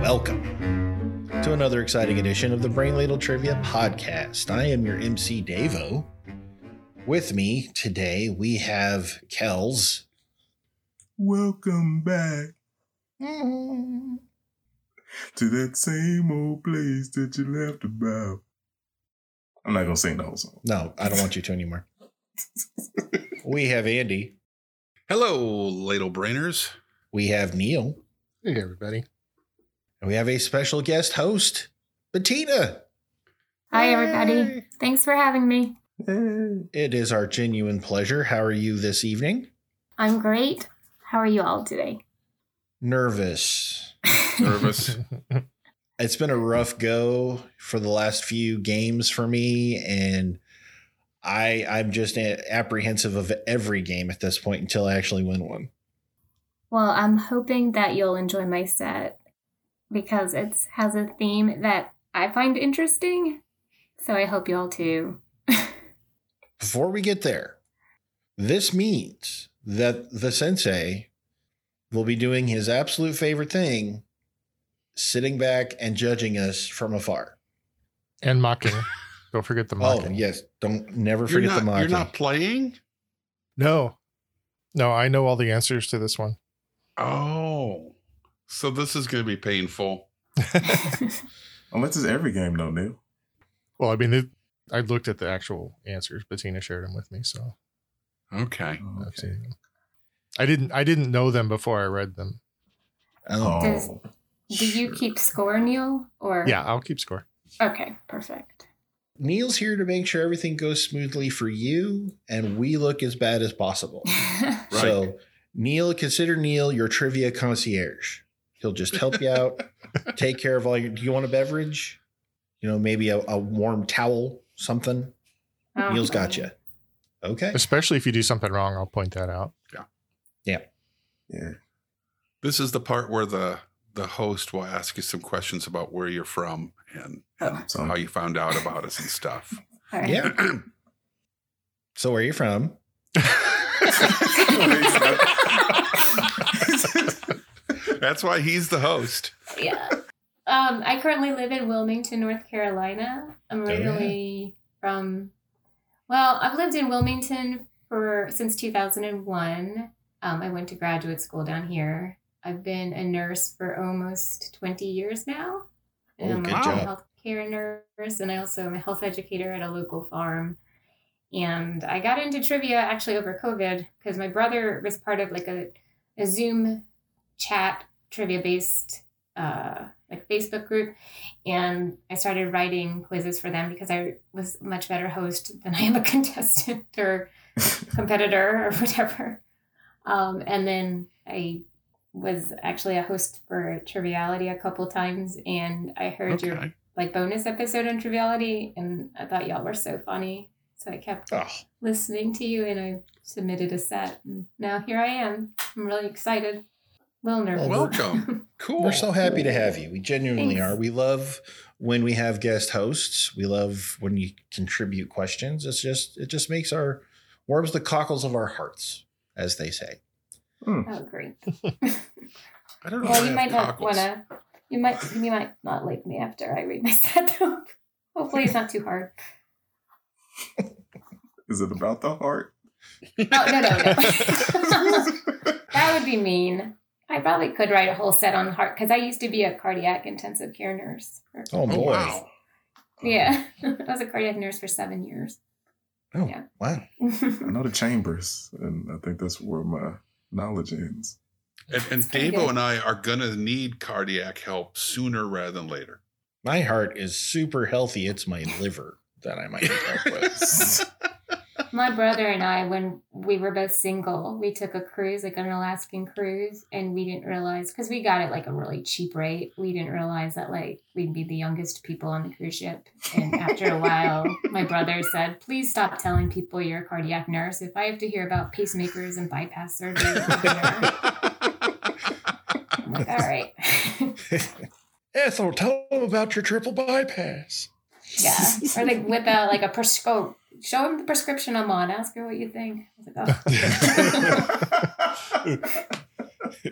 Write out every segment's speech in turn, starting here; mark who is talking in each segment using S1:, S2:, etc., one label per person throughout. S1: Welcome to another exciting edition of the Brain Ladle Trivia Podcast. I am your MC Davo. With me today, we have Kells.
S2: Welcome back to that same old place that you left about. I'm not gonna sing the whole song.
S1: No, I don't want you to anymore. we have Andy.
S3: Hello, ladle brainers.
S1: We have Neil.
S4: Hey, everybody.
S1: And we have a special guest host, Bettina.
S5: Hi, everybody. Thanks for having me.
S2: Hey.
S1: It is our genuine pleasure. How are you this evening?
S5: I'm great. How are you all today?
S1: Nervous.
S3: Nervous.
S1: it's been a rough go for the last few games for me and i i'm just a- apprehensive of every game at this point until i actually win one
S5: well, I'm hoping that you'll enjoy my set because it has a theme that I find interesting. So I hope you all too.
S1: before we get there this means that the sensei will be doing his absolute favorite thing sitting back and judging us from afar
S4: And mocking. Don't forget the
S1: oh
S4: mocking.
S1: yes don't never
S3: You're
S1: forget
S3: not,
S1: the
S3: you're
S1: mocking
S3: not playing?
S4: No. No, I know all the answers to this one.
S3: Oh. So this is going to be painful.
S2: Unless it's every game though, Neil.
S4: Well, I mean, it, I looked at the actual answers. Bettina shared them with me, so
S3: Okay.
S1: Oh,
S4: I've
S2: Okay.
S4: seen them. I didn't. I didn't know them before I read them.
S1: oh,
S2: Oh,
S5: Do you
S2: shoot.
S5: keep score, Neil? Or
S4: Yeah, I'll keep score.
S5: Okay, perfect.
S1: neil's here to make sure everything goes smoothly for you and we look as bad as possible
S3: Right.
S1: So Neil, consider Neil your trivia concierge. He'll just help you out, take care of all your. Do you want a beverage? You know, maybe a, a warm towel, something. Neil's got you. Okay.
S4: Especially if you do something wrong, I'll point that out.
S2: Yeah.
S3: This is the part where the the host will ask you some questions about where you're from and, and
S2: So-
S1: Oh,
S3: how you found out about us and stuff.
S5: All right.
S1: Yeah. So where are you from?
S3: That's why he's the host.
S5: yeah. Um, I currently live in Wilmington, North Carolina. I'm
S1: Oh, yeah.
S5: originally from. Well, I've lived in Wilmington for since 2001. Um, I went to graduate school down here. I've been a nurse for almost 20 years now. And
S1: Oh,
S5: I'm
S1: good
S5: a
S1: job.
S5: healthcare nurse, and I also am a health educator at a local farm. And I got into trivia actually over COVID because my brother was part of like a, a Zoom chat trivia based uh, like Facebook group, and I started writing quizzes for them because I was a much better host than I am a contestant or competitor or whatever. Um, and then I was actually a host for Triviality a couple times, and I heard your
S3: Okay.
S5: like bonus episode on Triviality, and I thought y'all were so funny, so I kept
S1: Oh,
S5: listening to you, and I submitted a set. And now here I am. I'm really excited. Little nervous.
S3: Welcome. Cool.
S1: we're so happy to have you. We genuinely
S5: Thanks.
S1: are. We love when we have guest hosts. We love when you contribute questions. It's just it just makes our warms the cockles of our hearts, as they say.
S5: oh, great.
S3: I don't know. if
S5: Well,
S3: I
S5: you
S3: have
S5: might not
S3: cockles.
S5: want to. You might you might not like me after I read my set though. Hopefully, it's not too hard.
S2: Is it about the heart?
S5: Oh, No, no, no, no. that would be mean. I probably could write a whole set on heart because I used to be a cardiac intensive care nurse. for-
S1: Oh
S3: Oh,
S1: boy.
S3: wow. Oh.
S5: Yeah, I was a cardiac nurse for seven years.
S1: Oh,
S5: Yeah.
S1: wow.
S2: I know the chambers, and I think that's where my knowledge ends.
S3: And, and
S5: That's pretty
S3: Davo
S5: good.
S3: and I are going to need cardiac help sooner rather than later.
S1: My heart is super healthy. It's my liver that I might need help with.
S5: My brother and I, when we were both single, we took a cruise, like an Alaskan cruise, and we didn't realize because we got it like a really cheap rate. We didn't realize that like we'd be the youngest people on the cruise ship. And after a while, my brother said, "Please stop telling people you're a cardiac nurse. If I have to hear about pacemakers and bypass surgery, I'll be there." I'm like, all right,
S1: Ethel, tell them about your triple bypass.
S5: yeah." Or they whip out like a prescription. Show him the prescription I'm on. Ask her what you think. I was like, oh.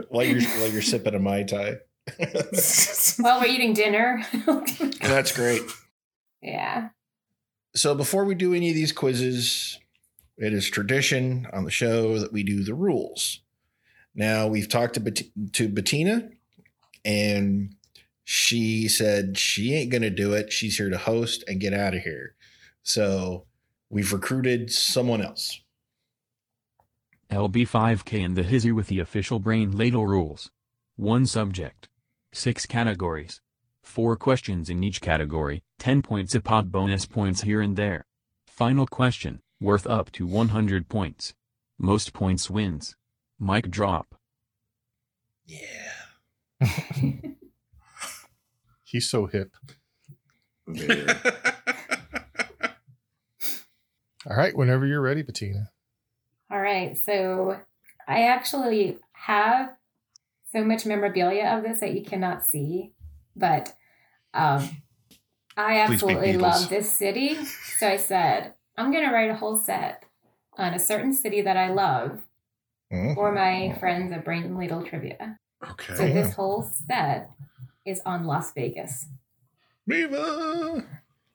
S1: While you're while you're sipping a mai tai.
S5: While we're eating dinner.
S1: That's great.
S5: yeah.
S1: So before we do any of these quizzes, it is tradition on the show that we do the rules. Now we've talked to, Bet- to Bettina, and she said she ain't gonna do it. She's here to host and get out of here. So we've recruited someone else.
S6: LB5K and the Hizzy with the official brain ladle rules. One subject. Six categories. Four questions in each category, 10 points a pop bonus points here and there. Final question, worth up to 100 points. Most points wins. Mic drop.
S1: Yeah.
S4: He's so hip.
S2: There.
S4: All right, whenever you're ready, Bettina.
S5: All right. So I actually have so much memorabilia of this that you cannot see, but um, I
S3: Please be
S5: absolutely
S3: Beatles.
S5: love this city. So I said, I'm going to write a whole set on a certain city that I love for my friends at Brain Ladle Trivia. So
S3: Oh. Okay.
S5: this whole set is on Las Vegas.
S1: Viva!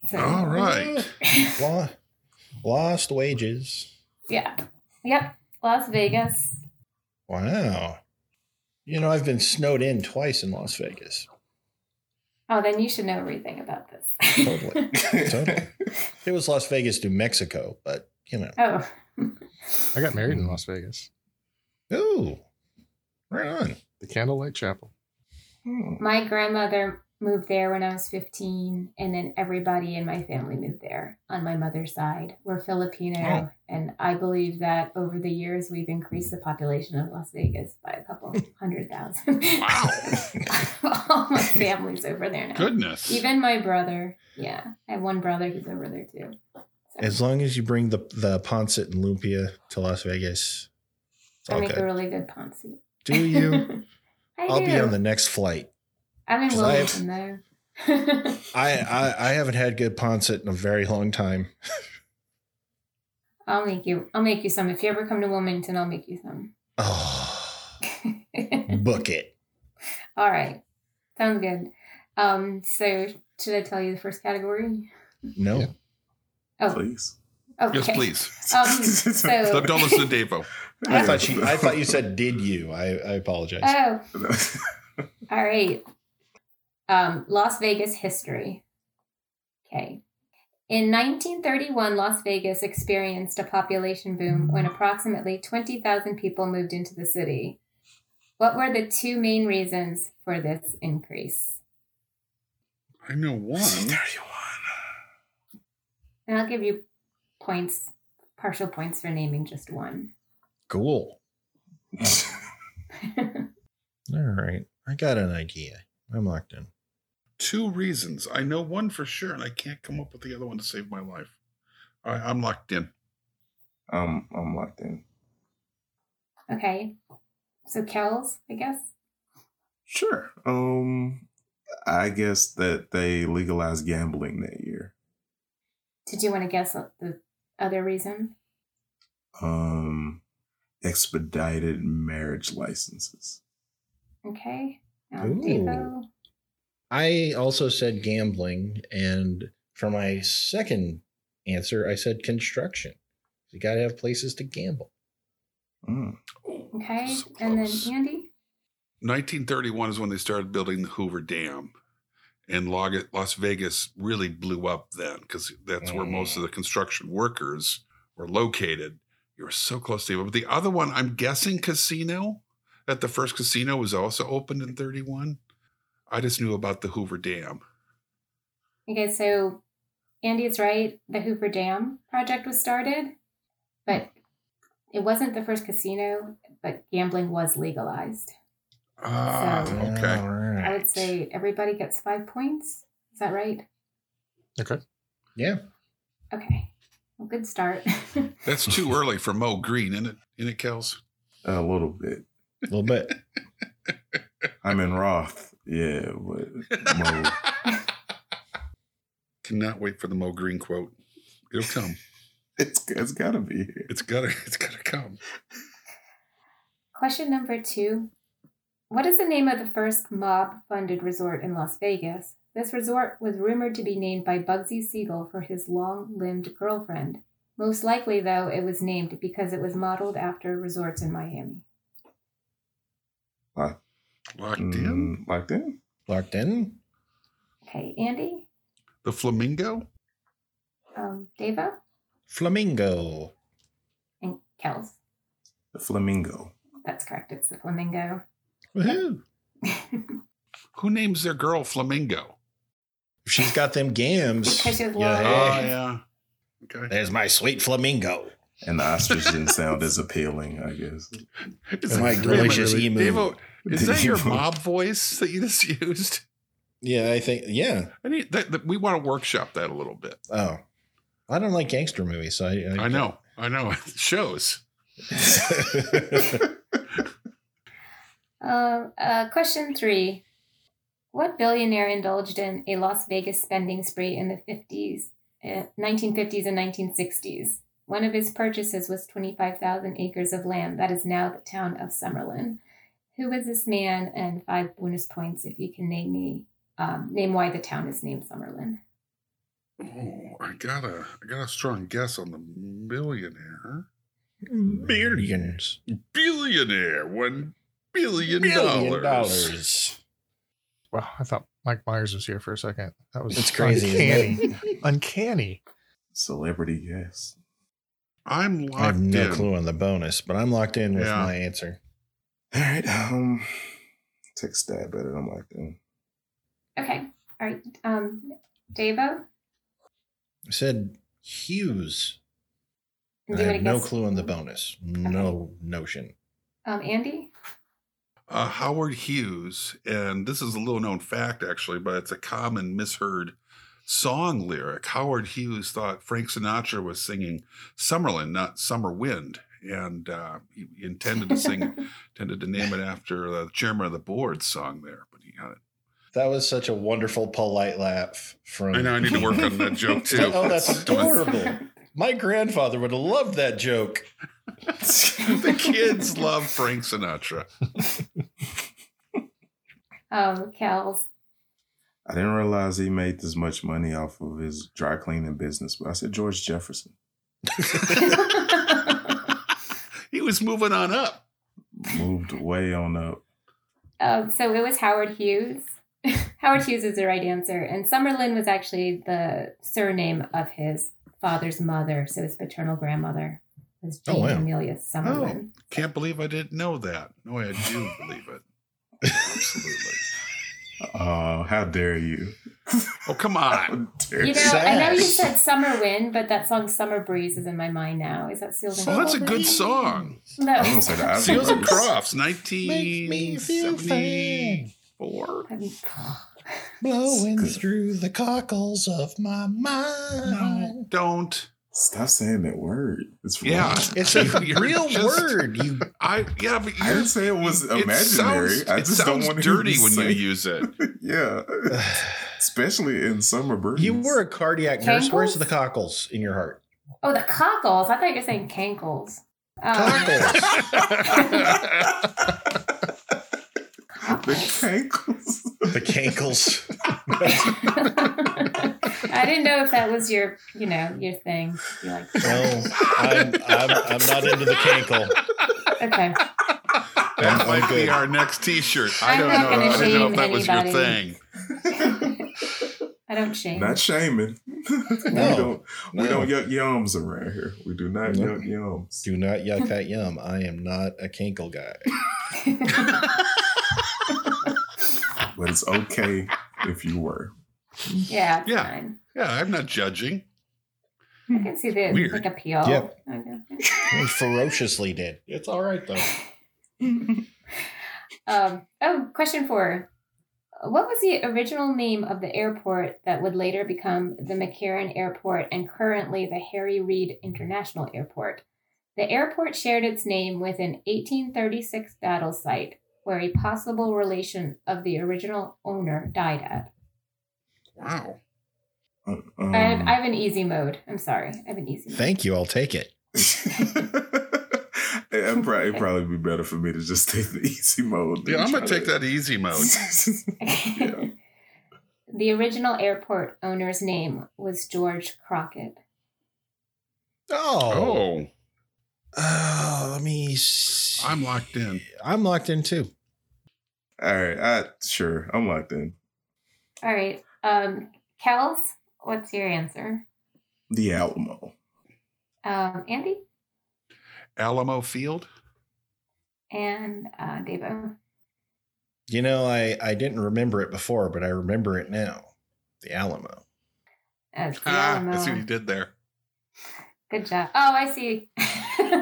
S5: So,
S3: All right.
S1: Lo- Lost wages.
S5: yeah. Yep. Las Vegas.
S1: Wow. You know, I've been snowed in twice in Las Vegas.
S5: Oh, then you should know everything about this.
S1: Totally. Totally. It was Las Vegas to Mexico, but you know.
S5: oh.
S4: I got married in
S1: Hmm.
S4: Las Vegas,
S1: Ooh. Right on.
S4: the Candlelight Chapel.
S2: Hmm.
S5: My grandmother moved there when I was 15, and then everybody in my family moved there on my mother's side. We're
S1: Oh.
S5: Filipino, and I believe that over the years we've increased the population of Las Vegas by a couple hundred thousand.
S3: Wow.
S5: All my family's over there now.
S3: Goodness.
S5: Even my brother. Yeah. I have one brother who's over there too. So,
S1: As long as you bring the the Ponset and Lumpia to Las Vegas, it's
S5: I
S1: all
S5: make a
S1: good.
S5: really good ponce.
S1: Do you?
S5: I
S1: I'll
S5: do.
S1: be on the next flight.
S5: I'm in
S1: 'cause I have-
S5: Wilmington, though.
S1: I, I I haven't had good Ponset in a very long time.
S5: I'll make you. I'll make you some. If you ever come to Wilmington, I'll make you some.
S1: Oh, book it.
S5: All right, sounds good. Um, so should I tell you the first category?
S1: No.
S4: Yeah.
S5: Oh,
S2: Please.
S5: okay.
S3: Yes, please.
S5: Um, so-
S3: The Dollars to Devo.
S1: I thought you I thought you said did you. I, I apologize.
S5: Oh, all right. Um, Las Vegas history. Okay. In 1931, Las Vegas experienced a population boom when approximately 20,000 people moved into the city. What were the two main reasons for this increase?
S3: I know one.
S5: And I'll give you points, partial points for naming just one.
S1: Cool.
S5: All
S1: All right. I got an idea. I'm locked in.
S3: Two reasons. I know one for sure, and I can't come up with the other one to save my life. All right, I'm locked in.
S2: um, I'm locked in.
S5: Okay. So Kells, I guess.
S2: Sure. Um, I guess that they legalized gambling that year.
S5: Did you want to guess what the other reason?
S2: Um, expedited marriage licenses.
S5: Okay. Now,
S1: Ooh.
S5: Devo.
S1: I also said gambling, and for my second answer, I said construction. You got to have places to gamble.
S2: Mm.
S3: Oh,
S5: Okay.
S3: so
S5: and then
S3: close.
S5: Andy?
S3: 1931 is when they started building the Hoover Dam, and Log- Las Vegas really blew up then because that's where most
S5: Mm.
S3: of the construction workers were located. You were so close to it. But the other one, I'm guessing casino, that the first casino was also opened in 31. I just knew about the Hoover Dam.
S5: Okay, so Andy is right. The Hoover Dam project was started, but it wasn't the first casino, but gambling was legalized.
S3: Ah,
S5: So-
S3: okay.
S1: All right.
S5: I would say everybody gets five points. Is that right?
S4: Okay.
S1: Yeah.
S5: Okay. Well, good start.
S3: That's too early for Mo Green, isn't it? Isn't it, Kels?
S2: A little bit.
S1: A little bit.
S2: I'm in Roth. Yeah, but Mo,
S3: Cannot wait for the Mo Green quote. It'll come.
S2: it's it's gotta be here.
S3: It's gotta. It's gotta come.
S5: Question number two What is the name of the first mob funded resort in Las Vegas? This resort was rumored to be named by Bugsy Siegel for his long limbed girlfriend. Most likely, though, it was named because it was modeled after resorts in Miami.
S3: Locked in.
S2: Mm, locked in.
S1: Locked in.
S5: Okay, Andy?
S3: The flamingo.
S5: Um, Deva?
S1: Flamingo.
S5: And Kels.
S2: The flamingo.
S5: That's correct. It's the flamingo.
S1: Woohoo.
S3: Who names their girl flamingo?
S1: If She's got them gams.
S5: Because she's
S1: yeah,
S5: long.
S3: Oh
S1: hey.
S3: yeah. Okay.
S1: There's my sweet flamingo.
S2: And the ostrich didn't sound as appealing, I guess.
S3: It's
S1: My
S3: wait a minute,
S1: delicious emu.
S3: Devo, is that your mob voice that you just used?
S1: Yeah, I think. Yeah.
S3: I need that, that. We want to workshop that a little bit.
S1: Oh, I don't like gangster movies. So I,
S3: I know. I know. It shows.
S5: Um, uh, question three. What billionaire indulged in a Las Vegas spending spree in the 50s, uh, 1950s and 1960s? One of his purchases was 25,000 acres of land that is now the town of Summerlin. Who was this man? And five bonus points if you can name me, um, name why the town is named Summerlin.
S3: Oh, I got a. I got a strong guess on the millionaire.
S1: Millions.
S3: Billionaire. One billion,
S1: Million
S3: dollars.
S1: dollars.
S4: Wow, I thought Mike Myers was here for a second. That was
S1: It's crazy,
S4: Uncanny.
S1: isn't it?
S4: uncanny.
S2: Celebrity, yes.
S3: I'm locked
S1: I have no
S3: in.
S1: clue on the bonus, but I'm locked in with
S3: Yeah.
S1: my answer.
S2: All right. Um, take a stab at it. I'm locked in.
S5: Okay. All right. Um, Davo,
S1: I said Hughes.
S5: do you
S1: I
S5: wanna
S1: have no
S5: guess?
S1: clue on the bonus. No notion.
S5: Um, Andy?
S3: uh, Howard Hughes, and this is a little known fact actually, but it's a common misheard song lyric. Howard Hughes thought Frank Sinatra was singing Summerlin, not Summer Wind, and uh, he he intended to sing, intended to name it after the chairman of the board song there, but he got it.
S1: That was such a wonderful, polite laugh from.
S3: I know I need to work on that joke too.
S1: Oh, that's
S3: Don't-
S1: adorable. My grandfather would have loved that joke.
S3: the kids love Frank Sinatra.
S5: um, Kels.
S2: I didn't realize he made this much money off of his dry cleaning business, but I said George Jefferson.
S3: he was moving on up.
S2: Moved way on up.
S5: Um, so it was Howard Hughes. Howard Hughes is the right answer. And Summerlin was actually the surname of his father's mother. So his paternal grandmother was Jane
S1: Oh, wow.
S5: Amelia Summerlin.
S3: Can't believe I didn't know that. No, I do believe it. Absolutely.
S2: Oh, how dare you?
S3: Oh, come on.
S2: How dare
S5: You
S2: you?
S5: know, I know you
S1: Yes.
S5: said Summer Wind, but that song Summer Breeze is in my mind now. Is that Seals and
S3: Well, Oh, that's a
S1: Summer
S3: good song.
S5: No.
S2: I don't say that. I
S1: Seals
S3: Susan
S1: and
S2: don't-
S3: Crofts,
S1: Makes me feel fine.
S3: 1974. Oh.
S1: Blowing
S2: Good.
S1: through the cockles of my
S3: No,
S1: mind.
S3: don't.
S2: Stop saying that word. It's wrong.
S3: Yeah.
S1: It's a
S3: You're
S1: real
S3: just-
S1: word. You
S3: I yeah, but
S2: I
S3: you're,
S2: didn't say it was
S3: it
S2: imaginary.
S3: sounds,
S2: I
S3: it
S2: just don't
S3: sounds
S2: want to
S3: dirty when you
S2: say-
S3: use it.
S2: yeah, especially in summer breeze.
S1: you were a cardiac nurse.
S5: Cankles?
S1: Where's the cockles in your heart?
S5: Oh, the cockles. I thought you were saying cankles. Um,
S1: Cockles.
S2: the cankles.
S1: the cankles.
S5: I didn't know if that was your, you know, your thing. You like,
S1: No, I'm, I'm, I'm not into the cankle.
S5: okay.
S3: That
S1: I'm
S3: might be
S1: good.
S3: our next T-shirt. I
S5: I'm
S3: don't
S5: not
S3: know. I
S5: gonna
S3: didn't know
S5: shame
S3: if that was your
S5: anybody.
S3: thing.
S5: I don't shame.
S2: Not shaming. we
S1: No,
S2: don't. We
S1: no.
S2: don't yuck yums around here. We do not
S1: No.
S2: yuck yums.
S1: Do not yuck that yum. I am not a cankle guy.
S2: But it's okay if you were.
S5: yeah, it's
S3: Yeah.
S5: fine.
S3: Yeah, I'm not judging.
S5: I can see the
S3: Weird.
S5: like appeal.
S1: Yep.
S5: Okay.
S1: I ferociously did. It's all right though.
S5: Um, oh, question four. What was the original name of the airport that would later become the McCarran Airport and currently the Harry Reid International Airport? The airport shared its name with an 1836 battle site where a possible relation of the original owner died at.
S3: Wow.
S2: Um,
S5: I, have, I have an easy mode. I'm sorry. I have an easy mode.
S1: Thank you. I'll take it.
S2: it It'd probably, it'd probably be better for me to just take the easy mode. than
S3: Yeah, I'm
S2: try
S3: gonna take
S2: to-
S3: that easy mode.
S2: yeah.
S5: the original airport owner's name was George Crockett.
S1: Oh.
S3: Oh,
S1: Uh, let me see.
S3: I'm locked in.
S1: I'm locked in too.
S2: All right, I sure I'm locked in.
S5: All right. Um, Kels, what's your answer?
S2: The Alamo.
S5: Um, Andy
S3: Alamo Field.
S5: and uh, Devo.
S1: You know, I, I didn't remember it before, but I remember it now. The Alamo.
S5: That's the
S3: Ah, I
S5: Alamo.
S3: see what you did there.
S5: Uh, Good job. Oh, I see. I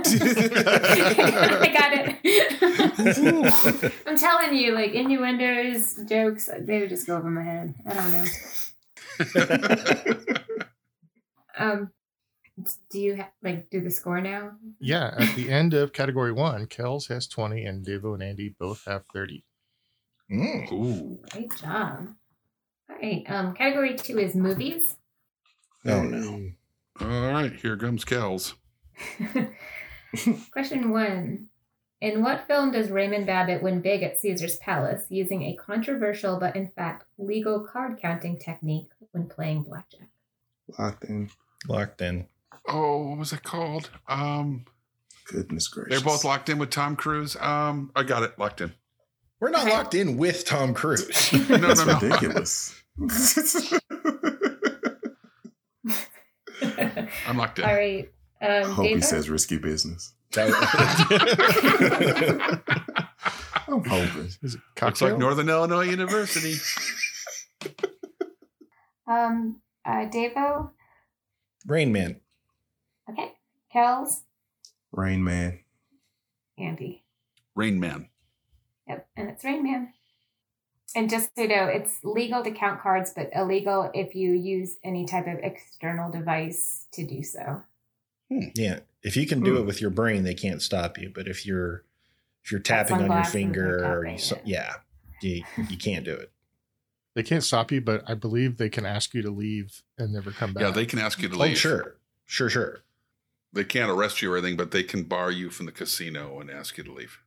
S5: got it. I'm telling you, like innuendos, jokes, they would just go over my head. I don't know. Um, do you ha- like do the score now?
S4: Yeah, at the end of category one, Kells has 20 and Devo and Andy both have 30.
S1: Mm.
S3: Ooh,
S5: Great job. All right. Um, category two is movies.
S1: Oh, no.
S3: all right, here comes Kells.
S5: Question one. In what film does Raymond Babbitt win big at Caesar's Palace using a controversial but in fact legal card counting technique when playing blackjack?
S2: Locked in.
S1: Locked in.
S3: Oh, what was it called? Um,
S2: Goodness gracious.
S3: they're both locked in with Tom Cruise. Um, I got it locked in.
S1: We're not
S5: Okay.
S1: locked in with Tom Cruise.
S3: No, no,
S2: That's
S3: no.
S2: ridiculous.
S3: I'm locked in.
S5: All right.
S2: I
S5: Um,
S2: hope he
S5: David?
S2: says risky business.
S1: That-
S2: I'm hoping.
S4: Is it
S3: Looks
S4: cocktail?
S3: like Northern Illinois University.
S5: um, uh, Davo.
S1: Rain Man.
S5: Okay. Kels.
S2: Rain Man.
S5: Andy.
S3: Rain Man.
S5: Yep. And it's Rain Man. And just so you know, it's legal to count cards, but illegal if you use any type of external device to do so. Hmm.
S1: Yeah. If you can do
S2: Hmm.
S1: it with your brain, they can't stop you. But if you're if you're tapping on your
S5: sunglasses and
S1: finger or
S5: tapping,
S1: you, so- yeah, you, you can't do it.
S4: They can't stop you, but I believe they can ask you to leave and never come back.
S3: Yeah, they can ask you to
S1: Oh,
S3: leave.
S1: sure. Sure, sure.
S3: They can't arrest you or anything, but they can bar you from the casino and ask you to leave.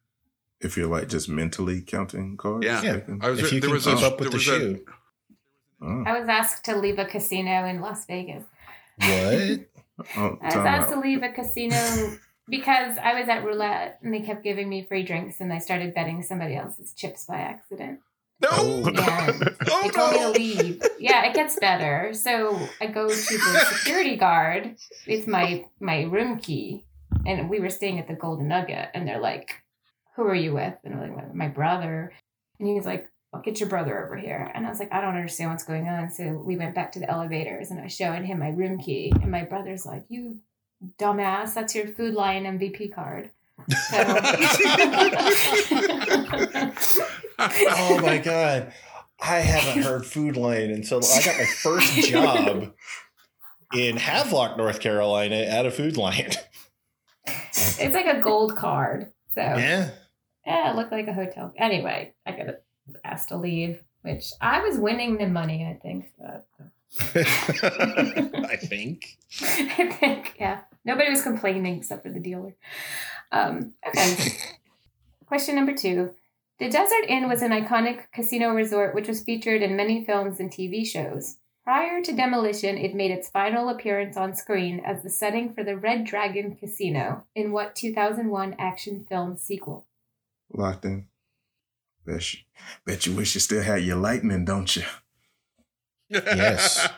S2: If you're like just mentally counting cards.
S3: Yeah.
S2: I think.
S3: I was
S1: If you
S3: there
S1: can
S3: was
S1: keep
S3: a,
S1: up with
S3: there
S1: the
S3: was a-
S1: shoe.
S2: Oh,
S5: I was asked to leave a casino in Las Vegas.
S1: What?
S2: oh,
S5: I was
S2: time
S5: asked to
S2: out.
S5: leave a casino because I was at roulette and they kept giving me free drinks and I started betting somebody else's chips by accident.
S3: Oh.
S1: No.
S5: Yeah. They told me to leave. Yeah, it gets better. So I go to the security guard with my my room key, and we were staying at the Golden Nugget, and they're like, "Who are you with?" And I'm like, "My- "My brother," and he's like. "Well, Get your brother over here. And I was like, I don't understand what's going on. So we went back to the elevators and I was showing him my room key. And my brother's like, You dumbass, that's your Food Lion MVP card. So-
S1: Oh my god. I haven't heard Food Lion until I got my first job in Havelock, North Carolina at a Food Lion.
S5: It's like a gold card. So yeah.
S1: Yeah.
S5: it looked like a hotel. Anyway, I got asked to leave, which I was winning the money, I think. So. Oh.
S1: I think.
S5: I think, yeah. Nobody was complaining except for the dealer. Um, okay. Question number two. The Desert Inn was an iconic casino resort which was featured in many films and TV shows. Prior to demolition, it made its final appearance on screen as the setting for the Red Dragon Casino in what 2001 action film sequel?
S2: Locked in. Bet you, bet you wish you still had your lightning, don't you?
S1: Yes.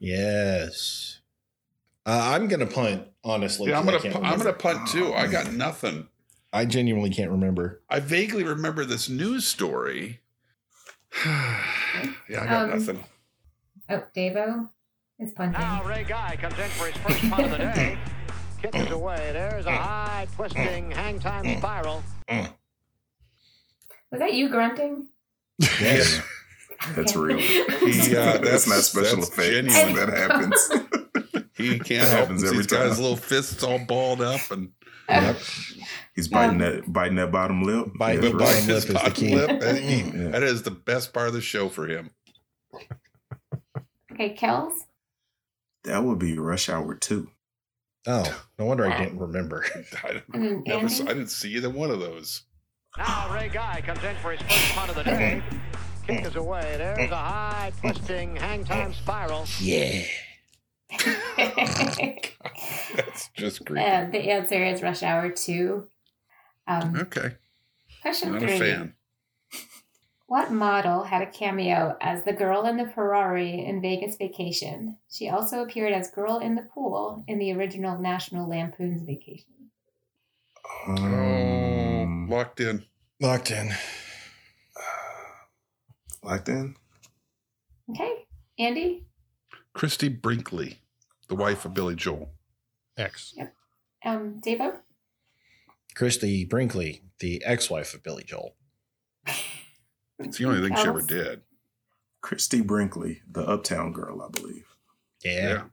S1: Yes. Uh, I'm gonna punt, honestly.
S3: Yeah, I'm
S1: 'cause
S3: gonna
S1: I can't
S3: pu- I'm
S1: remember.
S3: gonna punt too. I got nothing.
S1: I genuinely can't remember.
S3: I vaguely remember this news story. yeah, I got
S5: Um,
S3: nothing.
S5: Oh, Davo is punting.
S7: Now Ray Guy comes in for his first punt of the day. Kicks away. There's a high twisting hang time spiral.
S5: Was that you grunting?
S1: Yes. uh,
S2: That's
S5: Okay.
S2: real. uh,
S3: Yeah,
S2: that's, not special
S3: that's
S2: effects.
S3: genuine.
S2: That happens.
S3: He
S2: That
S3: can't help
S2: happens
S3: himself.
S2: every
S3: He's got his
S2: time.
S3: little fists all balled up and
S1: Yep.
S2: He's biting that biting that bottom lip.
S1: Bite-
S2: that's
S1: bite-
S2: right.
S1: bottom lip is the
S3: bottom
S1: key.
S3: That- he-
S2: Yeah.
S3: that is the best part of the show for him.
S5: Okay, Kels.
S2: That would be rush hour two.
S1: Oh, no wonder
S3: Wow.
S1: I didn't remember.
S3: I,
S5: And then
S3: never saw,
S5: Andy?
S3: I didn't see either one of those.
S7: Now Ray Guy comes in for his first punt of the day. Kick is away. There's a high twisting hang time spiral.
S1: Yeah.
S3: That's just creepy.
S5: Uh, the answer is Rush Hour 2. Um,
S3: okay,
S5: question
S3: Mm-hmm. not a
S5: three.
S3: fan.
S5: What model had a cameo as the girl in the Ferrari in Vegas Vacation? She also appeared as Girl in the Pool in the original National Lampoon's Vacation.
S3: Oh,
S2: Um,
S3: locked in.
S1: Locked in.
S2: locked in.
S5: Okay, Andy?
S3: Christy Brinkley, the wife of Billy Joel.
S4: X.
S5: Um, Devo?
S1: Christy Brinkley, the ex-wife of Billy Joel.
S3: It's the only thing she ever
S5: Alice?
S3: did.
S2: Christy Brinkley, the Uptown girl, I believe.
S1: Yeah.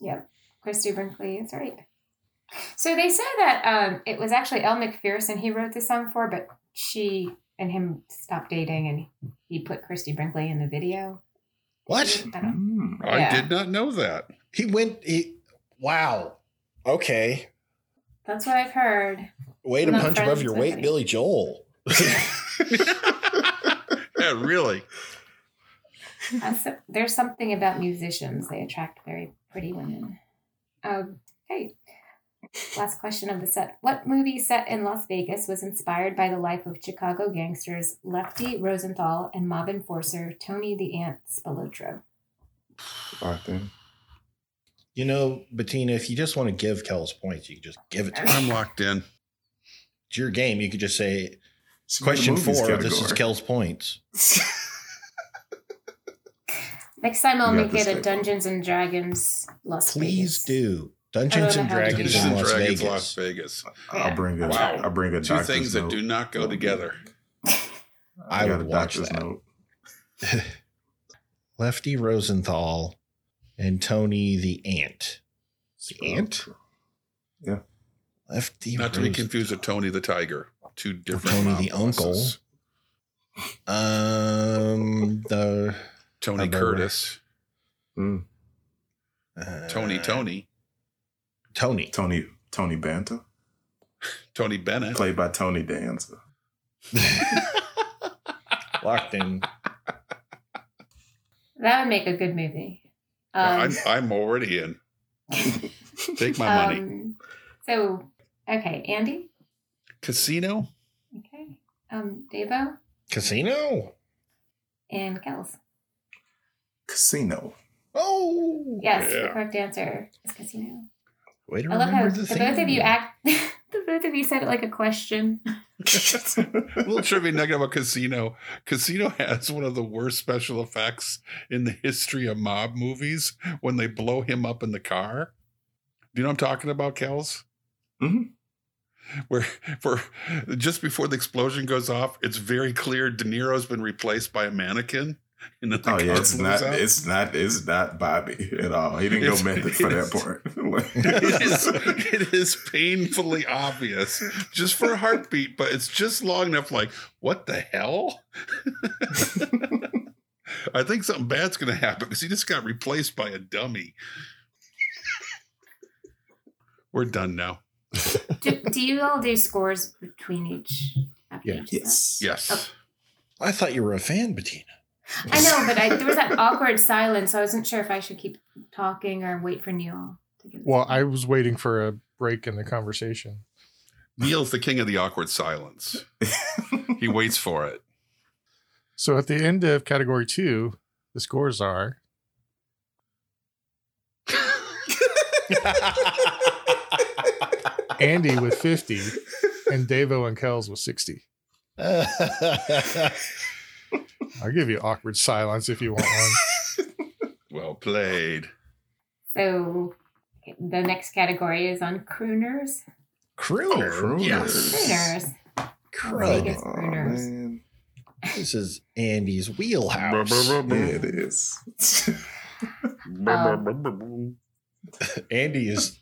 S5: Yep, Christy Brinkley is right. So they say that um, it was actually Elle McPherson he wrote this song for, but she and him stopped dating, and he put Christy Brinkley in the video.
S1: What?
S5: I don't-
S2: Mm.
S3: I
S5: Yeah.
S3: did not know that.
S1: He went he wow. Okay.
S5: That's what I've heard.
S1: Way to
S5: Not
S1: punch
S5: friends
S1: above your
S5: with
S1: weight,
S5: him.
S1: Billy Joel.
S3: yeah, really.
S5: Uh, so- there's something about musicians; they attract very pretty women. Um, okay. Last question of the set: What movie set in Las Vegas was inspired by the life of Chicago gangsters Lefty Rosenthal and mob enforcer Tony the Ant Spilotro?
S2: Locked in.
S1: You know, Bettina, if you just want to give Kells points, you can just give it to him.
S3: I'm locked in.
S1: It's your game. You could just say
S2: Should be the
S1: question
S2: movies
S1: four. This is
S2: category.
S1: Kells points.
S5: Next time I'll
S2: You got
S5: make
S2: this,
S5: it a
S2: Dave.
S5: Dungeons and Dragons Las
S1: Please
S5: Vegas.
S1: do. Dungeons
S5: I don't
S1: and
S5: know how to do
S1: Dragons
S5: that.
S1: in
S3: Dungeons and
S1: Las
S3: Dragons,
S1: Vegas.
S3: Las Vegas.
S2: I'll bring a.
S3: Wow.
S2: will bring a
S3: Two
S2: doctor's
S3: things
S2: note.
S3: that do not go together.
S1: I
S2: got
S1: would
S2: a
S1: watch
S2: doctor's
S1: that.
S2: note.
S1: Lefty Rosenthal and Tony the Ant. The Ant? Lefty
S3: Not to be
S1: Rosen-
S3: confused with Tony the Tiger. Two different.
S1: Tony
S3: mob
S1: the Uncle.
S3: bosses.
S1: Um, the
S3: Tony
S1: Number-
S3: Curtis.
S2: Mm.
S1: uh,
S3: Tony Tony.
S1: Tony.
S2: Tony Tony Banta,
S3: Tony Bennett.
S2: played by Tony Danza.
S1: Locked in.
S5: That would make a good movie.
S3: No,
S5: Um,
S3: I'm I'm already in. Take my money.
S5: um, so, okay, Andy.
S3: Casino.
S5: Okay. Um, Devo
S1: Casino.
S5: and Kels.
S2: Casino.
S1: Oh,
S5: Yes, the
S3: Yeah.
S5: correct answer is casino.
S1: Way to
S5: I love how
S1: remember
S5: the,
S1: the, thing.
S5: both of you act. the both of you said it like a question.
S3: A little trivia nugget about Casino. Casino has one of the worst special effects in the history of mob movies when they blow him up in the car. Do you know what I'm talking about, Kels?
S2: Mhm.
S3: Where for just before the explosion goes off, it's very clear De Niro's been replaced by a mannequin. And then the
S2: Oh
S3: car
S2: yeah, it's
S3: blows
S2: not.
S3: up.
S2: It's not. It's not Bobby at all. He didn't
S3: It's-
S2: go method for that
S3: it's-
S2: part.
S3: it is it is painfully obvious just for a heartbeat but it's just long enough like what the hell i think something bad's going to happen because he just got replaced by a dummy we're done now
S5: do, do you all do scores between each? After
S1: Yeah.
S5: each set?
S2: yes.
S3: yes
S1: I thought you were a fan, Bettina.
S5: I know, but I, there was that awkward silence, so I wasn't sure if I should keep talking or wait for Neil to give.
S4: Well, I was waiting for a break in the conversation.
S3: neil's the king of the awkward silence he waits for it
S4: So at the end of category two, the scores are Andy with 50 and Davo and Kells with 60. I'll give you awkward silence if you want one.
S3: well played
S5: So the next category is on crooners.
S3: Oh,
S1: Crooner.
S2: Yes.
S5: Crooners.
S1: Crud.
S5: Vegas crooners.
S2: man.
S1: This is Andy's wheelhouse.
S2: Yeah, it is.
S5: Um,
S1: Andy is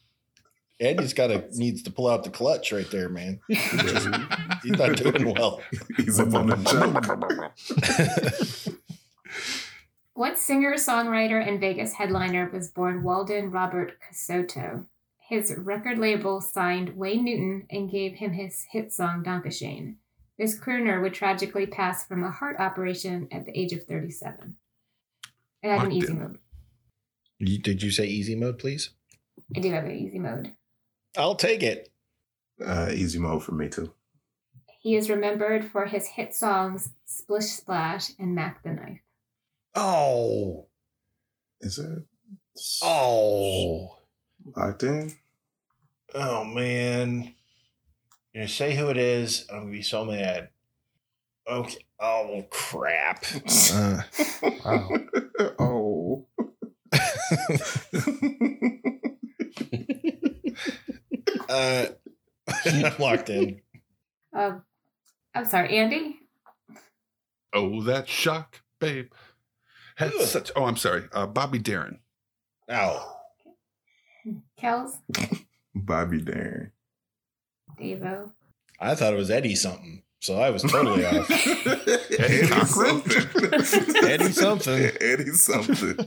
S1: Andy's got to needs to pull out the clutch right there, man. He's not doing well.
S2: He's up on the joke.
S5: What singer, songwriter, and Vegas headliner was born Walden Robert Casoto? his record label signed Wayne Newton and gave him his hit song Donkashane. This crooner would tragically pass from a heart operation at the age of 37. I have an
S3: Locked
S5: easy
S3: in.
S5: mode.
S1: You, did you say easy mode, please?
S5: I do have an easy mode.
S1: I'll take it.
S2: Uh, easy mode for me too.
S5: He is remembered for his hit songs Splish Splash and Mac the Knife.
S1: Oh,
S2: Is it
S1: oh,
S2: locked in?
S1: oh, man! You say who it is? I'm gonna be so mad. Okay. Oh crap. Uh,
S4: Wow.
S2: oh.
S1: uh, I'm locked in.
S5: Uh, I'm sorry, Andy?
S3: Oh, that shock, babe. Had
S1: Ugh.
S3: such. Oh, I'm sorry. Uh, Bobby Darin.
S1: Oh,
S5: Kels?
S2: Bobby Darren.
S5: Davo?
S1: I thought it was Eddie something, so I was totally off.
S3: Eddie Cochran?
S2: something.
S1: Eddie something.
S2: Eddie something.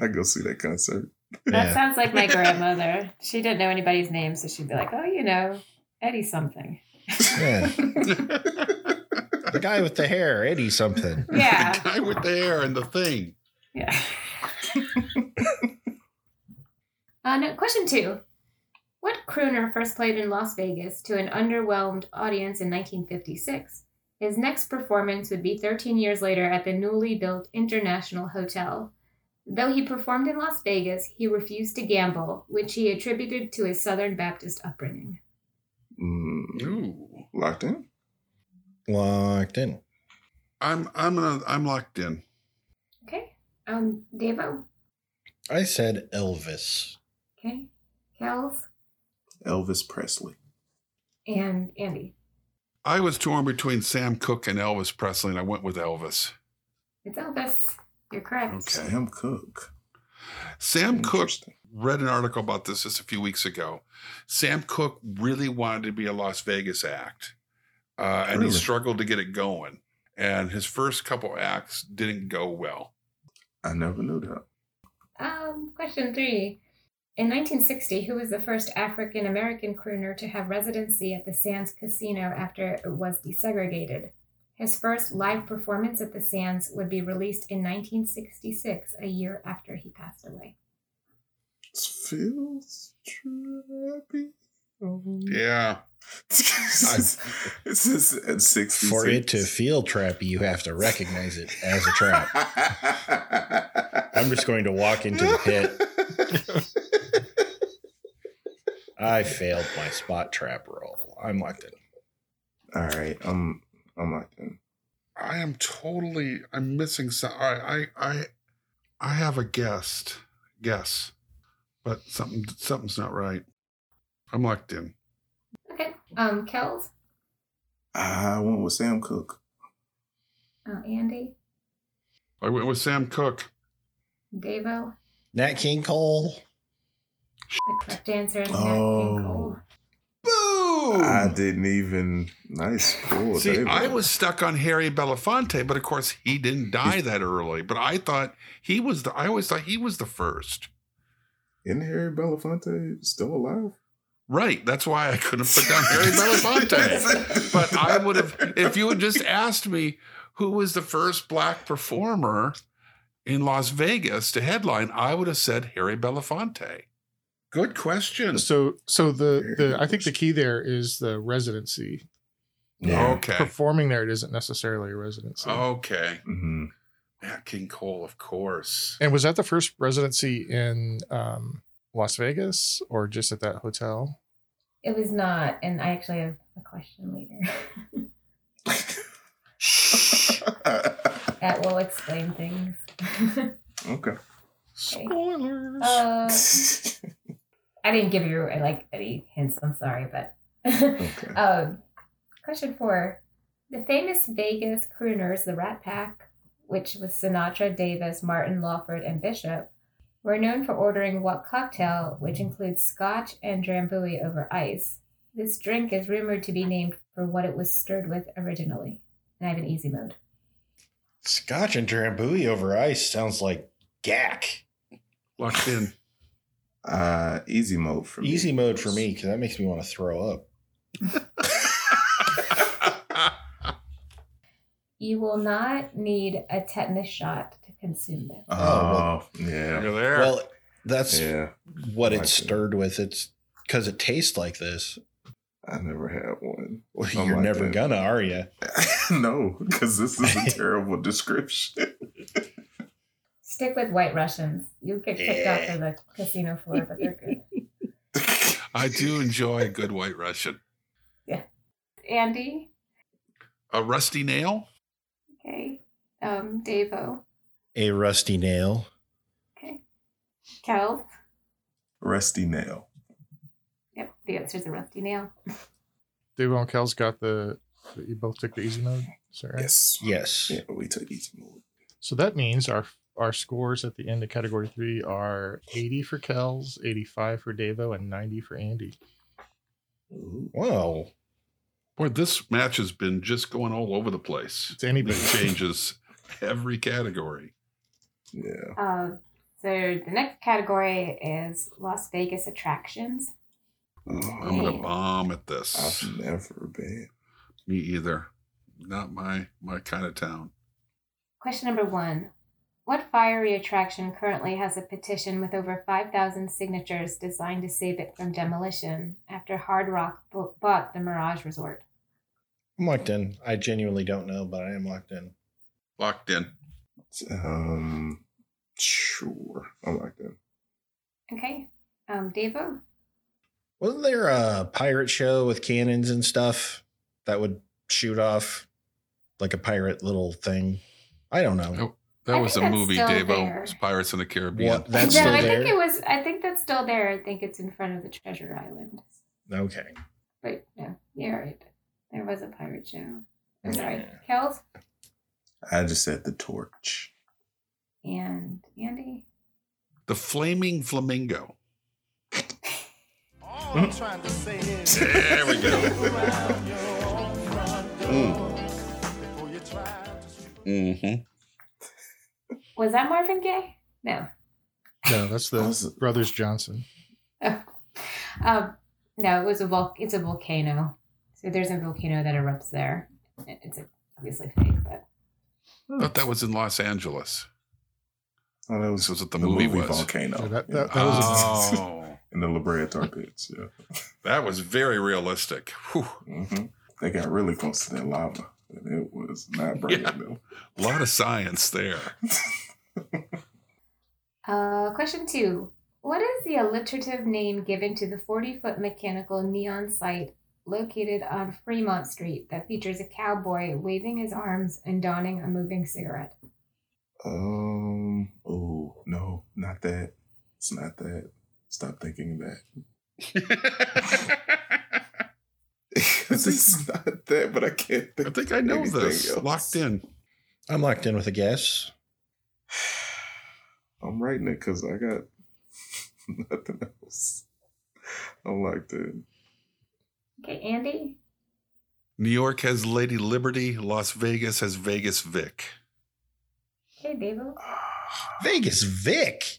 S2: I go see that concert.
S5: That sounds like my grandmother. She didn't know anybody's name, so she'd be like, oh, you know, Eddie something.
S1: yeah. The guy with the hair, Eddie something.
S5: Yeah.
S3: The guy with the hair and the thing.
S5: Yeah. uh, no, question two. What crooner first played in Las Vegas to an underwhelmed audience in 1956? His next performance would be 13 years later at the newly built International Hotel. Though he performed in Las Vegas, he refused to gamble, which he attributed to his Southern Baptist upbringing.
S2: Mm.
S3: Ooh.
S2: Locked in?
S1: Locked in.
S3: I'm I'm gonna, I'm locked in.
S5: Okay. Um, Devo?
S1: I said Elvis.
S5: Okay. Kels?
S2: Elvis Presley.
S5: And Andy.
S3: I was torn between Sam Cooke and Elvis Presley, and I went with Elvis.
S5: It's Elvis. You're correct.
S3: Okay.
S2: Sam Cooke.
S3: Sam Cooke
S2: Interesting.
S3: read an article about this just a few weeks ago. Sam Cooke really wanted to be a Las Vegas act, uh, and he
S2: Really?
S3: struggled to get it going. And his first couple acts didn't go well.
S2: I never knew that.
S5: Um, question three. In 1960, who was the first African American crooner to have residency at the Sands Casino after it was desegregated? His first live performance at the Sands would be released in 1966, a year after he passed away.
S2: Feels trappy. Hmm.
S3: Yeah.
S2: this is at 66.
S1: For it to feel trappy, you have to recognize it as a trap. I'm just going to walk into the pit. I failed my spot trap roll. I'm locked in.
S2: All right, I'm I'm locked in.
S3: I am totally. I'm missing some. I I I, I have a guest guess, but something something's not right. I'm locked in.
S5: Okay. Um, Kells?
S2: I went with Sam Cook.
S5: Oh, Andy?
S3: I went with Sam Cooke.
S5: Davo?
S1: Nat King Cole.
S5: The correct answer is Nat King
S2: Oh.
S5: Cole.
S3: Boom!
S2: I didn't even nice cool.
S3: Ah, See,
S2: David.
S3: I was stuck on Harry Belafonte, but of course he didn't die that early. But I thought he was the. I always thought he was the first.
S2: isn't Harry Belafonte still alive?
S3: Right. That's why I couldn't put down Harry Belafonte. But I would have, if you had just asked me who was the first black performer in Las Vegas to headline, I would have said Harry Belafonte. Good question.
S4: So so the the I think the key there is the residency.
S2: Yeah.
S3: Okay. Oh.
S4: Performing there it isn't necessarily a residency.
S3: Okay.
S2: hmm
S3: Nat King Cole, of course.
S4: And was that the first residency in um, Las Vegas or just at that hotel?
S5: It was not, and I actually have a question later that will explain things.
S2: okay.
S4: Spoilers.
S5: uh, I didn't give you like any hints. I'm sorry, but
S2: Okay.
S5: um, question four: the famous Vegas crooners, the Rat Pack, which was Sinatra, Davis, Martin, Lawford, and Bishop, were known for ordering what cocktail, which includes Scotch and Drambuie over ice. This drink is rumored to be named for what it was stirred with originally. And I have an easy mode.
S1: Scotch and Drambuie over ice sounds like gack.
S3: Locked in.
S2: Uh, easy mode for me.
S1: Easy mode for me because that makes me want to throw up.
S5: You will not need a tetanus shot to consume this.
S2: Oh,
S1: Oh,
S2: yeah.
S3: You're there.
S1: Well, that's
S2: Yeah.
S1: what
S2: Like-
S1: it's stirred with. It's because it tastes like this.
S2: I never had one.
S1: Well,
S2: Oh
S1: you're
S2: my
S1: never
S2: God.
S1: gonna, are you?
S2: no, because this is a terrible description.
S5: Stick with white Russians. You'll get kicked off of the casino floor, but they're good.
S3: I do enjoy a good white Russian.
S5: Andy,
S3: A rusty nail?
S5: okay. Um, Davo,
S1: A rusty nail.
S5: okay. Kel,
S2: Rusty nail.
S5: yep. The answer's a rusty nail.
S4: Dave and Kel's got the. You both took the easy mode. Is that right?
S2: Yes.
S1: Yes.
S2: Yeah, we took easy mode.
S4: So that means our our scores at the end of category three are 80 for Kells, 85 for Davo, and 90 for Andy.
S2: Ooh.
S1: Wow.
S3: Boy, this match has been just going all over the place.
S4: It's anybody.
S3: It changes every category.
S2: Yeah.
S5: Uh, so the next category is Las Vegas attractions.
S3: I'm
S2: Oh,
S3: gonna bomb at this.
S2: I've never been.
S3: Me either. Not my my kind of town.
S5: Question number one What fiery attraction currently has a petition with over 5,000 signatures designed to save it from demolition after Hard Rock bo- bought the Mirage Resort?
S1: I'm locked in. I genuinely don't know, but I am locked in.
S3: Locked in.
S2: Um, sure. I like that.
S5: Okay. Um, Devo?
S1: Wasn't there a pirate show with cannons and stuff that would shoot off like a pirate little thing? I don't know.
S3: Oh, That
S5: I
S3: was
S5: think
S3: a
S5: that's
S3: movie,
S5: still
S3: Davo.
S5: there.
S3: It was Pirates in the Caribbean.
S1: What? That's
S5: no,
S1: still
S5: I
S1: there?
S5: think it was. I think that's still there. I think it's in front of the Treasure Island.
S1: Okay.
S5: But no, you're right. There was a pirate show. I'm sorry.
S1: Yeah.
S5: Kels
S2: I just said the torch.
S5: and Andy.
S3: The Flaming Flamingo.
S7: All I'm trying to say is
S3: There we go.
S7: around your own front door before you try to
S3: mm-hmm.
S5: Was that Marvin Gaye? No.
S4: No, that's the
S2: That's-
S4: Brothers Johnson.
S5: Oh. Um, no, it was a vol- It's a volcano. So there's a volcano that erupts there. It- It's a, obviously fake, but
S3: Thought that was in Los Angeles.
S2: Oh, that was
S3: This was what the, movie, was.
S2: Volcano.
S4: Yeah, that- that- that was-
S3: oh,
S2: in the La Brea Tar Pits. Yeah.
S3: that was very realistic. Whew.
S2: hmm They got really close to that lava, and it was not burning
S3: Yeah.
S2: them.
S3: A lot of science there.
S5: uh, question two: What is the alliterative name given to the 40-foot mechanical neon site located on Fremont Street that features a cowboy waving his arms and donning a moving cigarette?
S2: Um. Oh no, not that. It's not that. Stop thinking that. it's not that, but I can't think.
S3: I think I know
S2: anything
S3: this.
S2: else.
S3: Locked in.
S1: I'm locked in with a guess.
S2: I'm writing it because I got nothing else. I'm like, dude.
S5: Okay, Andy.
S3: New York has Lady Liberty. Las Vegas has Vegas Vic.
S5: Okay, Davo.
S1: Vegas Vic.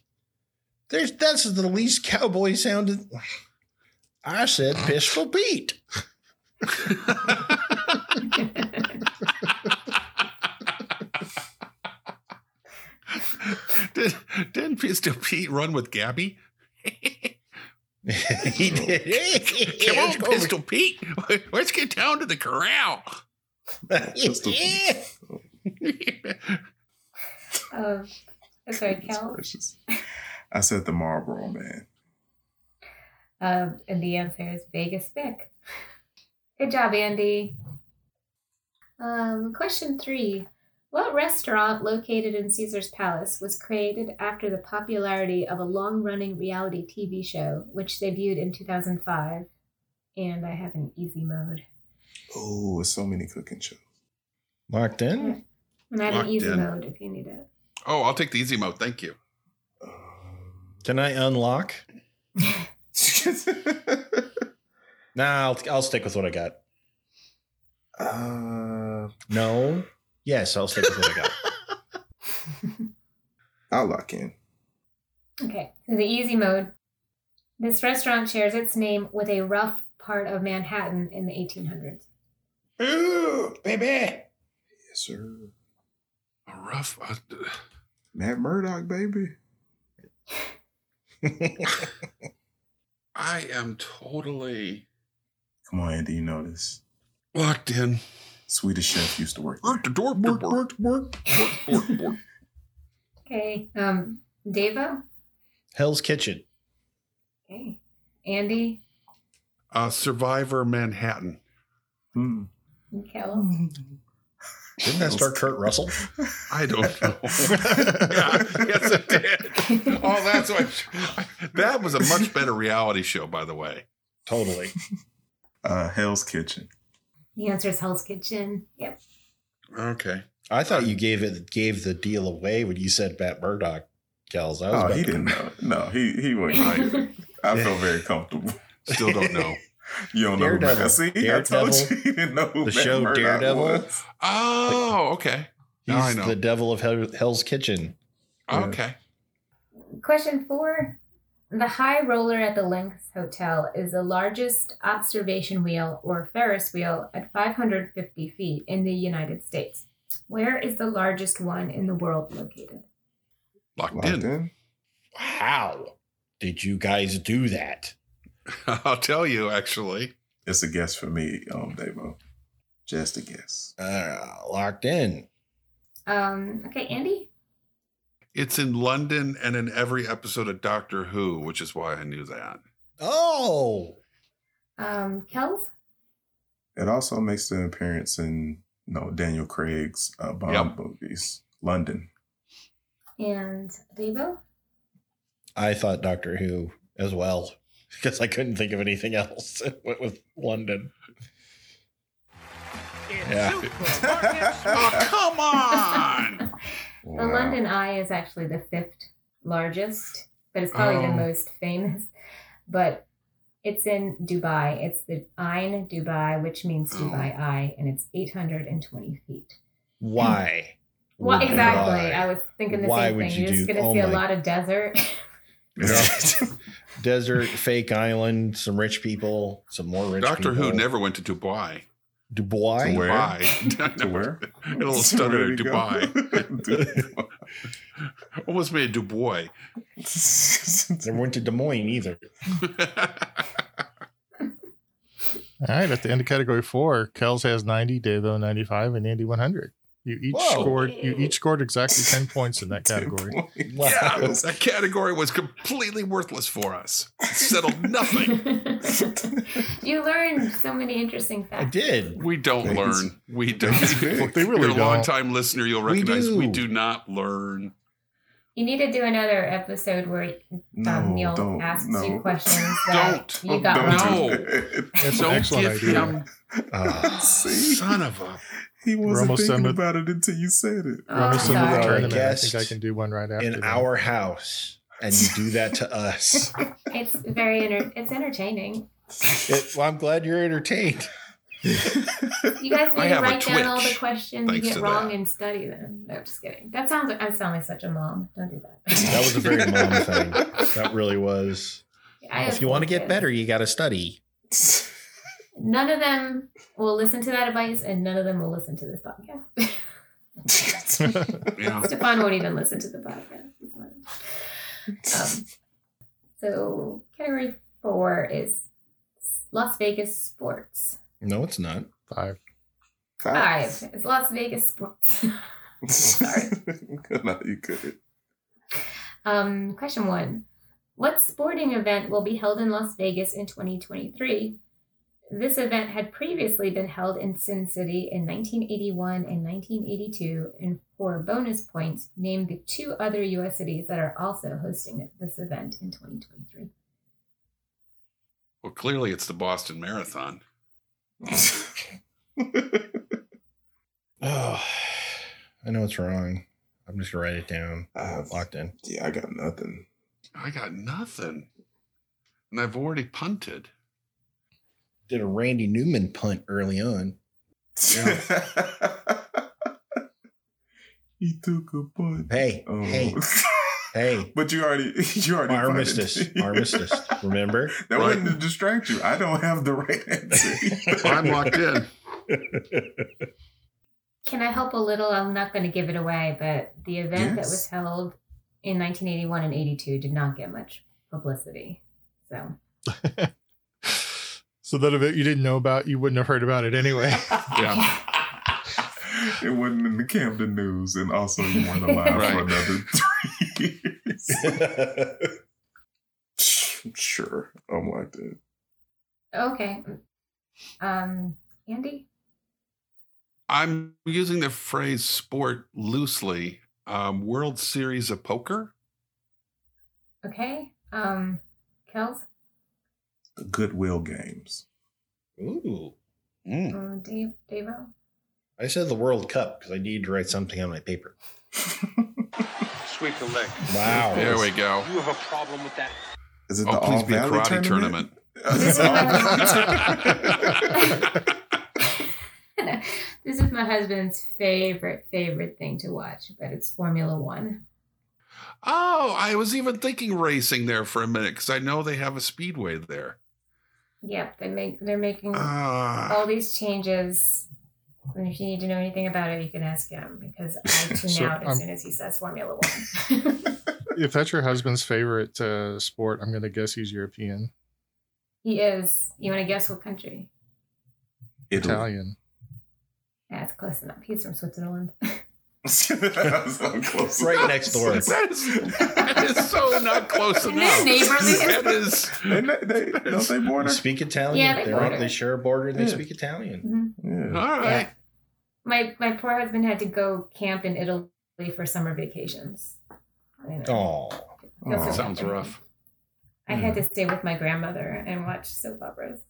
S1: There's that's the least cowboy sounded. I said Pistol Pete.
S3: Did didn't Pistol Pete run with Gabby?
S1: he did.
S3: Come on, Pistol Pete. Let's get down to the corral.
S2: Pistol Pete.
S5: Um, I'm sorry,
S2: Goodness
S5: Kel.
S2: gracious. I said the Marlboro Man.
S5: Um, and the answer is Vegas Vic. Good job, Andy. Um, question three. What restaurant located in Caesar's Palace was created after the popularity of a long running reality TV show, which debuted in 2005? And I have an easy mode.
S2: Oh, it's so many cooking shows.
S1: Locked in.
S5: And I
S3: Hmm.
S5: have
S3: Locked
S5: an easy
S3: in.
S5: mode if you need it.
S3: oh, I'll take the easy mode. Thank you.
S2: Um,
S1: Can I unlock? Nah, I'll, I'll stick with what I got.
S2: uh,
S1: No. Yes, I'll stick with what I got.
S2: I'll lock in.
S5: Okay, so the easy mode This restaurant shares its name with a rough part of Manhattan in the 1800s.
S1: Ooh, baby.
S2: Yes, sir.
S3: A rough. Uh,
S2: Matt Murdock, baby.
S3: I am totally
S2: Come on, Andy, you know this.
S3: locked in.
S2: Swedish chef used to work. there.
S3: Work the door. Work, work,
S2: work.
S3: work, work, work.
S5: Okay. Um, Devo?
S1: Hell's Kitchen.
S5: Okay. Andy?
S3: Uh, Survivor Manhattan.
S2: Hmm.
S5: And Kells?
S1: Didn't that start Kurt Russell?
S3: I don't know. yeah, yes, it did. Oh, that's why. That was a much better reality show, by the way.
S1: Totally.
S2: Uh, Hell's Kitchen.
S5: The answer is Hell's Kitchen. Yep.
S3: Okay.
S1: I thought you gave it gave the deal away when you said Matt Murdock, Gals. I was
S2: Oh,
S1: about
S2: he
S1: to-
S2: didn't know. No, he he wasn't. Right. I feel very comfortable.
S3: Still don't know.
S2: You don't know who
S1: Daredevil.
S2: Matt. See, I told you
S1: Daredevil.
S2: he didn't know who
S1: The
S2: Matt
S1: show
S2: Murdock
S1: Daredevil.
S2: was.
S3: Oh, okay. Now I
S1: He's
S3: know.
S1: the devil of Hell, Hell's Kitchen.
S2: Yeah.
S3: Okay.
S5: Question four. The high roller at the Lynx Hotel is the largest observation wheel or Ferris wheel at 550 feet in the United States. Where is the largest one in the world located?
S3: Locked,
S2: Locked
S3: in.
S2: in.
S1: How did you guys do that?
S3: I'll tell you, actually.
S2: It's a guess for me, um, Devo. Just a guess.
S1: Uh, locked in.
S5: Um, okay, Andy?
S3: It's in London and in every episode of Doctor Who, which is why I knew that.
S1: Oh,
S5: Um, Kells?
S2: It also makes an appearance in you know, Daniel Craig's uh, Bond
S3: Yep.
S2: movies. London.
S5: And Devo?
S1: I thought Doctor Who as well because I couldn't think of anything else. It went with London. Yeah.
S3: Oh, come on.
S5: The London Eye is actually the fifth largest, but it's probably the
S3: Oh.
S5: most famous. But it's in Dubai. It's the Ain Dubai, which means
S3: Oh.
S5: Dubai Eye, and it's 820 feet.
S1: Why?
S5: Well,
S1: Why?
S5: exactly. I was thinking the
S1: Why
S5: same
S1: would
S5: thing.
S1: you
S5: You're just
S1: do-
S5: going to
S1: oh
S5: see a
S1: my-
S5: lot of desert.
S1: Desert, fake island, some rich people, some more rich
S3: Doctor
S1: people.
S3: Who never went to Dubai.
S1: Dubai.
S2: To where?
S3: Dubai.
S2: to where?
S3: A little stutter
S2: Where'd
S3: to
S2: he go?
S3: Dubai. Almost made a Dubois.
S1: Never went to Des Moines either.
S4: All right, at the end of category four, Kells has 90, Devo 95, and Andy 100. You each
S1: Whoa.
S4: scored. You each scored exactly 10 points in that category.
S1: Wow.
S3: Yeah, that category was completely worthless for us. It settled nothing.
S5: you learned so many interesting
S1: I
S5: facts.
S1: did.
S3: We don't
S2: Thanks.
S3: learn. We don't.
S2: Thanks, Vic.
S4: They
S3: If
S4: really
S3: You're a
S4: don't.
S3: long time listener. You'll
S1: We
S3: recognize we
S1: do.
S3: do not learn.
S5: You need to do another episode where um, Neil asks you questions that
S3: Don't.
S1: Oh,
S5: you got
S3: Don't.
S5: wrong.
S3: No.
S4: That's an
S3: Don't
S4: excellent
S3: give
S4: idea.
S3: him.
S1: Ah.
S2: See,
S3: Son of a.
S2: he wasn't
S4: almost done
S2: thinking
S4: with-
S2: about it until you said it.
S5: Oh,
S4: Run us into the
S5: sorry.
S4: tournament. I
S1: Guessed
S4: think I can do one right after.
S1: in
S4: that.
S1: our house and you do that to us.
S5: It's very enter- it's entertaining.
S1: It- well, I'm glad you're entertained.
S5: You guys
S3: I
S5: need to
S3: have a
S5: write down all the
S3: twitch,
S5: questions you
S3: thanks
S5: get
S3: to
S5: wrong
S3: that.
S5: and study them. No, just kidding. That sounds I sound like such a mom. Don't do that.
S1: That was a very mom thing. That really was.
S5: I
S1: if you want to get
S5: apologize.
S1: better, you got to study.
S5: none of them will listen to that advice, and none of them will listen to this podcast.
S3: Yeah.
S5: Stefan won't even listen to the podcast. He's not- Um, so category four is Las Vegas sports.
S1: No, it's not.
S4: five.
S5: Five is Las Vegas sports. Sorry.
S2: no, you couldn't.
S5: Um, question one What sporting event will be held in Las Vegas in 2023? This event had previously been held in Sin City in 1981 and 1982, and for bonus points, name the two other U.S. cities that are also hosting this event in 2023.
S3: Well, clearly it's the Boston Marathon.
S1: Oh, I know it's wrong. I'm just going to write it down.
S2: Uh,
S1: Locked in.
S2: yeah, I got nothing.
S3: I got nothing. And I've already punted.
S1: Did a Randy Newman punt early on.
S2: he took a punt.
S1: Hey,
S2: Oh.
S1: hey, Hey,
S2: But you already, you already fired
S1: armistice,
S2: me.
S1: armistice. Remember?
S2: That
S3: Right.
S2: wasn't to distract you. I don't have the right answer.
S3: I'm locked in.
S5: Can I help a little? I'm not going to give it away, but the event that
S2: Yes.
S5: was held in 1981 and 82 did not get much publicity. So
S4: so that event you didn't know about, you wouldn't have heard about it anyway.
S3: Yeah.
S2: it wasn't in the Camden News, and also you weren't alive
S3: Right.
S2: for another three years. sure, I'm like that.
S5: okay, um, Andy,
S3: I'm using the phrase sport loosely. Um, World Series of Poker.
S5: okay, um, Kels,
S2: The Goodwill Games.
S1: Ooh.
S3: Mm.
S5: um, Dave, Davo.
S1: I said the World Cup because I needed to write something on my paper.
S7: Sweep the leg.
S1: Wow.
S3: There we go.
S7: You have a problem with that?
S2: Is it
S3: Oh,
S2: the
S3: please
S2: All
S3: be a
S2: Valley
S3: karate
S2: tournament?
S3: tournament.
S2: It's All Valley tournament.
S5: this is my husband's favorite favorite thing to watch, but it's Formula One.
S3: Oh, I was even thinking racing there for a minute because I know they have a speedway there.
S5: Yep, they make they're making
S3: Ah,
S5: all these changes. And if you need to know anything about it, you can ask him because I tune
S4: So,
S5: out as
S4: um,
S5: soon as he says Formula One.
S4: if that's your husband's favorite uh, sport, I'm going to guess he's European,
S5: he is. You want to guess what country?
S2: Italy.
S4: Italian.
S5: That's close enough. He's from Switzerland.
S2: That was so close.
S1: Right next door.
S3: that is, that is so not close
S5: Isn't
S3: enough.
S5: that neighborly?
S3: That is.
S2: They, they, don't they
S1: They
S2: border?
S1: speak Italian.
S5: Yeah, they Mm.
S1: They're on-
S5: border.
S1: they share a border. They
S2: Yeah.
S1: speak Italian.
S5: Mhm.
S3: All
S2: Yeah.
S3: right.
S5: my my poor husband had to go camp in Italy for summer vacations. I know.
S1: Oh,
S5: Feels so
S2: Aw.
S5: bad
S3: Sounds
S5: for him.
S3: rough.
S5: I had to stay with my grandmother and watch soap operas.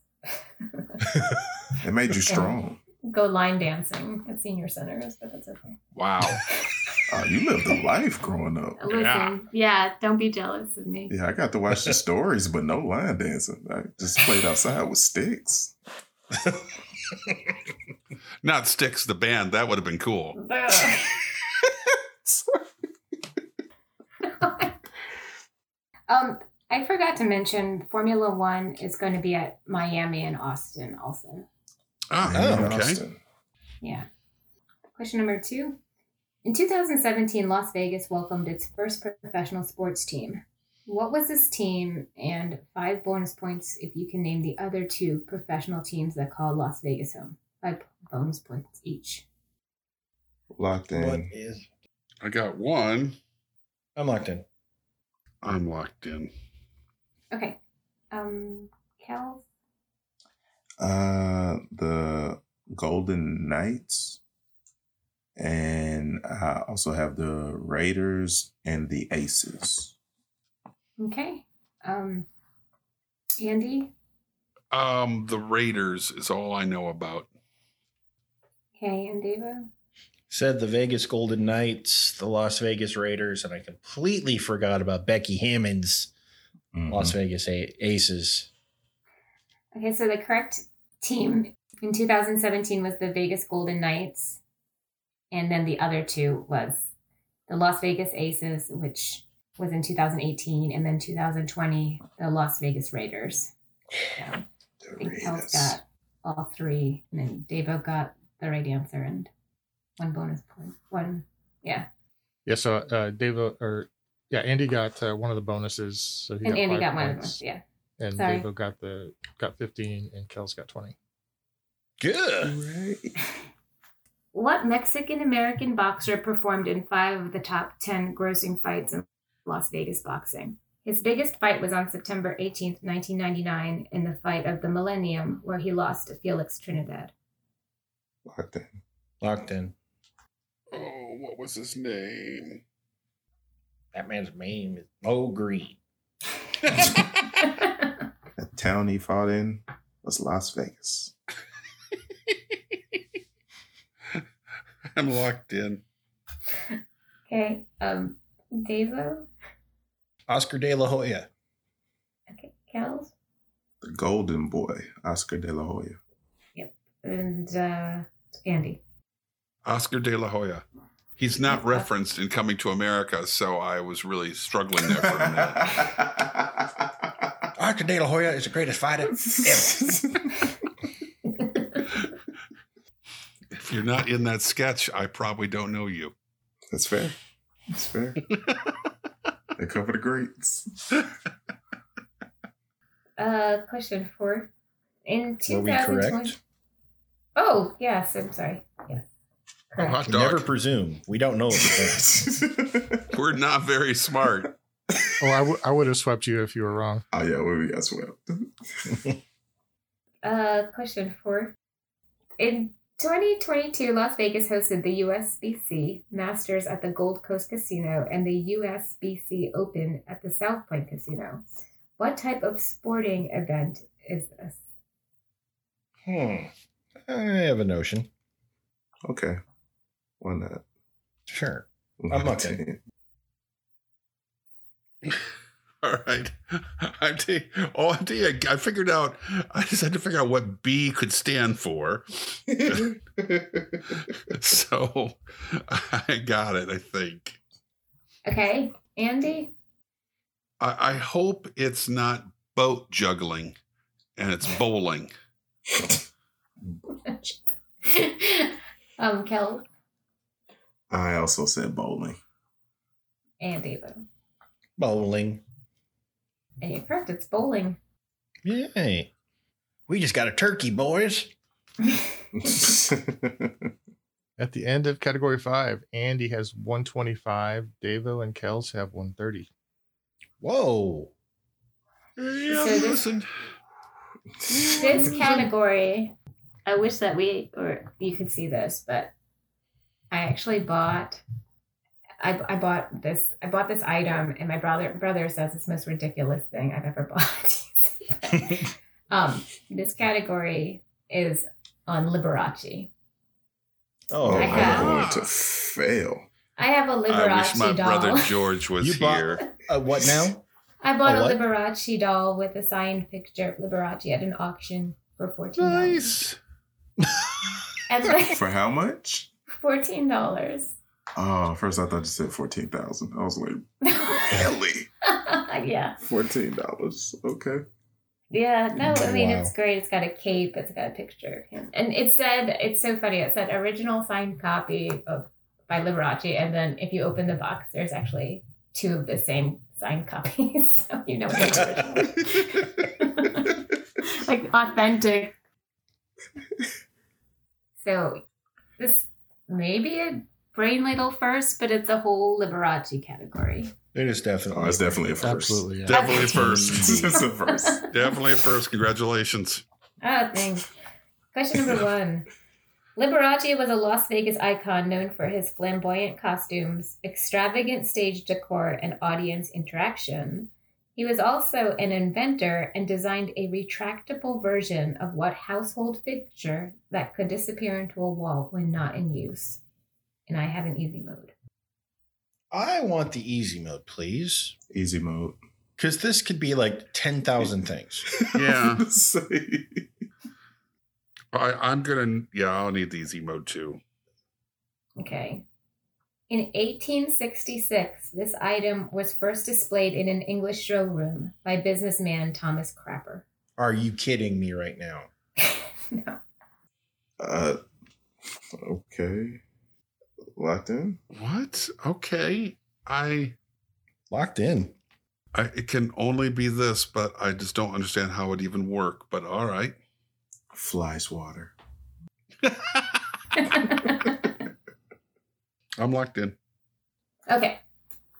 S2: It made you strong.
S5: Go line dancing at senior centers, but that's okay.
S3: Wow.
S2: Oh, you lived a life growing up.
S5: Uh, Listen, yeah. don't be jealous of me.
S2: Yeah, I got to watch the stories, but no line dancing. I just played outside with sticks.
S3: Not Sticks, the band. That would have been cool.
S5: um, I forgot to mention Formula One is going to be at Miami and Austin also.
S3: Ah,
S1: Oh,
S2: In
S3: okay.
S2: Austin.
S5: Yeah. Question number two. In 2017, Las Vegas welcomed its first professional sports team. What was this team? And five bonus points if you can name the other two professional teams that call Las Vegas home. Five bonus points each.
S2: Locked in.
S1: what is?
S3: I got one. Um,
S1: I'm locked in.
S3: I'm locked in.
S5: Okay. Um, Cal?
S2: Uh, the Golden Knights, and I also have the Raiders and the Aces.
S5: Okay. Um, Andy?
S3: Um, the Raiders is all I know about.
S5: Okay. And Deva?
S1: Said the Vegas Golden Knights, the Las Vegas Raiders, and I completely forgot about Becky Hammond's Las Vegas A- Aces.
S5: Okay, so the correct team in 2017 was the Vegas Golden Knights, and then the other two was the Las Vegas Aces, which was in 2018, and then 2020 the Las Vegas Raiders. So I
S2: The
S5: think Kel's
S2: Raiders.
S5: got all three, and then Davo got the right answer and one bonus point. One, yeah,
S4: Yeah, so uh, Dave or yeah, Andy got uh, one of the bonuses. So he
S5: and Andy
S4: five
S5: got one of them.
S4: points,
S5: Yeah,
S4: And
S5: Sorry.
S4: Dave got the got 15, and Kel's got 20.
S1: Good.
S2: Right.
S5: What Mexican American boxer performed in five of the top 10 grossing fights in Las Vegas boxing? His biggest fight was on September 18th, 1999, in the fight of the Millennium, where he lost to Felix Trinidad.
S2: Locked in.
S1: Locked in.
S3: Oh, what was his name?
S1: That man's name is Mo Green.
S2: The town he fought in was Las Vegas.
S3: I'm locked in.
S5: okay, um, Devo?
S1: Oscar De La Hoya.
S5: Okay, Kels?
S2: The Golden Boy, Oscar De La Hoya.
S5: And uh, Andy.
S3: Oscar De La Hoya. He's not referenced in Coming to America, so I was really struggling there for a minute.
S1: Arthur De La Hoya is the greatest fighter ever.
S3: If you're not in that sketch, I probably don't know you.
S2: That's fair. That's fair. they cover the greats.
S5: Uh, question four. In
S1: Were we
S5: 2020.
S1: correct?
S5: Oh, yes. I'm sorry. Yes.
S3: Oh, hot
S1: We
S3: dog.
S1: Never presume. We don't know. what we're doing.
S3: We're not very smart.
S4: Oh, I, w- I would have swept you if you were wrong.
S2: oh yeah, well, we as well.
S5: Uh, question four. In 2022, Las Vegas hosted the USBC Masters at the Gold Coast Casino and the USBC Open at the South Point Casino. What type of sporting event is this?
S1: Hmm. I have a notion.
S2: Okay. Why not?
S1: Sure.
S2: Why
S1: I'm
S2: not?
S1: okay.
S3: All right. I'm t- oh, I, think I I figured out, I just had to figure out what B could stand for. So I got it, I think.
S5: Okay, Andy?
S3: I, I hope it's not boat juggling and it's bowling.
S5: um, Kel,
S2: I also said bowling.
S5: Andy, though.
S1: Bowling.
S5: And you're correct, it's bowling.
S1: Yay. We just got a turkey, boys. Oh,
S4: At the end of category five, Andy has 125. Davo and Kels have 130.
S1: Whoa.
S3: Yeah,
S5: this-
S3: listen.
S5: This category, I wish that we, or you could see this, but I actually bought. I, I bought this I bought this item and my brother brother says it's the most ridiculous thing I've ever bought. um, this category is on Liberace.
S1: Oh,
S2: oh,
S5: I
S2: I'm
S5: have-
S2: going to fail.
S5: I have a
S3: I wish
S5: Liberace
S3: my
S5: doll.
S3: brother George was
S1: You bought-
S3: here.
S1: uh, what now?
S5: I bought
S1: A
S5: a,
S1: what?
S5: Liberace doll with a signed picture of Liberace at an auction for fourteen dollars.
S3: Nice.
S5: At the-
S2: For how much?
S5: fourteen dollars.
S2: Oh, first I thought you said fourteen thousand. I was like, really?
S5: yeah,
S2: Fourteen dollars? Okay.
S5: yeah. No, I mean
S1: Wow.
S5: it's great. It's got a cape. It's got a picture of him, and it said it's so funny. It said original signed copy of by Liberace, and then if you open the box, there's actually two of the same signed copies, so you know it's original. like authentic. So this maybe a brain ladle first, but it's a whole Liberace category.
S1: It is
S2: Oh,
S1: definitely.
S2: it's definitely a first.
S4: Absolutely. Yeah.
S3: Definitely a first.
S2: it's a first.
S3: Definitely a first. Congratulations.
S5: Oh, thanks. Question number one. Liberace was a Las Vegas icon known for his flamboyant costumes, extravagant stage decor, and audience interaction. He was also an inventor and designed a retractable version of what household fixture that could disappear into a wall when not in use. And I have an easy mode.
S1: I want the easy mode, please.
S2: Easy mode.
S1: Because this could be like 10,000 things.
S3: Yeah.
S2: Say.
S3: I, I'm gonna. Yeah, I'll need the easy mode too.
S5: Okay. In 1866, this item was first displayed in an English showroom by businessman Thomas Crapper.
S1: Are you kidding me right now?
S5: no.
S2: Uh, okay. Locked in.
S3: What? Okay. I.
S1: Locked in.
S3: I it can only be this, but I just don't understand how it even work. But all right.
S2: Flies water.
S3: I'm locked in.
S5: okay.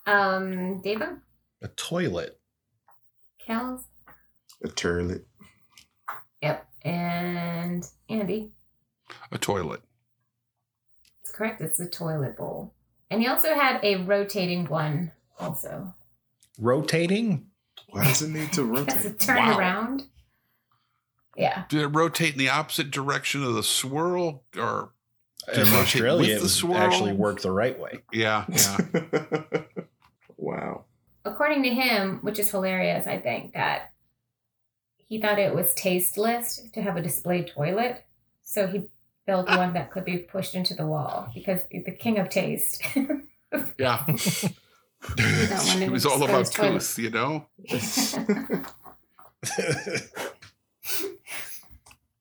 S5: Um, Deva,
S1: A toilet.
S5: Kels,
S2: A turlet.
S5: yep, and Andy.
S3: A toilet.
S5: It's correct. It's the toilet bowl, and he also had a rotating one. Also,
S1: Rotating?
S2: Why does it need to
S5: it's a
S2: rotate?
S5: turnaround. around. Yeah.
S3: Did it rotate in the opposite direction of the swirl? Or Did it
S1: In
S3: rotate with
S1: Australia,
S3: the
S1: it would
S3: swirl?
S1: actually work the right way.
S3: yeah, yeah.
S2: wow.
S5: according to him, which is hilarious, I think, that he thought it was tasteless to have a display toilet. So he build one that could be pushed into the wall because the king of taste.
S3: Yeah. it was all about
S5: uh,
S3: tooth, you know?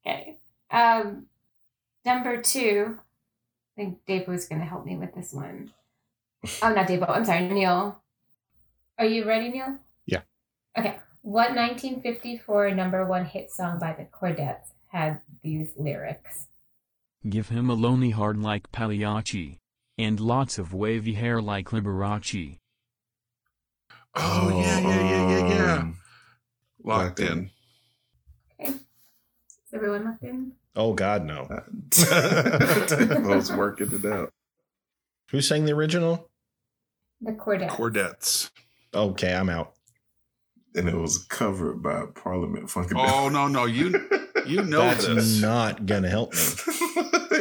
S5: okay. Um, number two, I think Dave was going to help me with this one. Oh, not Dave. I'm sorry, Neil. Are you ready, Neil?
S4: Yeah.
S5: Okay. What 1954 number one hit song by the Cordettes had these lyrics?
S6: Give him a lonely heart like Pagliacci. And lots of wavy hair like Liberace.
S3: Oh, yeah, yeah, yeah, yeah, yeah.
S2: um,
S3: Locked
S2: Locked in.
S3: in.
S5: Is everyone locked in?
S1: Oh God, no.
S2: Um, I was working it out.
S1: Who sang the original?
S5: The Cordettes.
S3: Cordettes.
S1: Okay, I'm out.
S2: And it was covered by Parliament Funkin'.
S3: Oh no, no, you you know
S1: That's
S3: this.
S1: not gonna help me.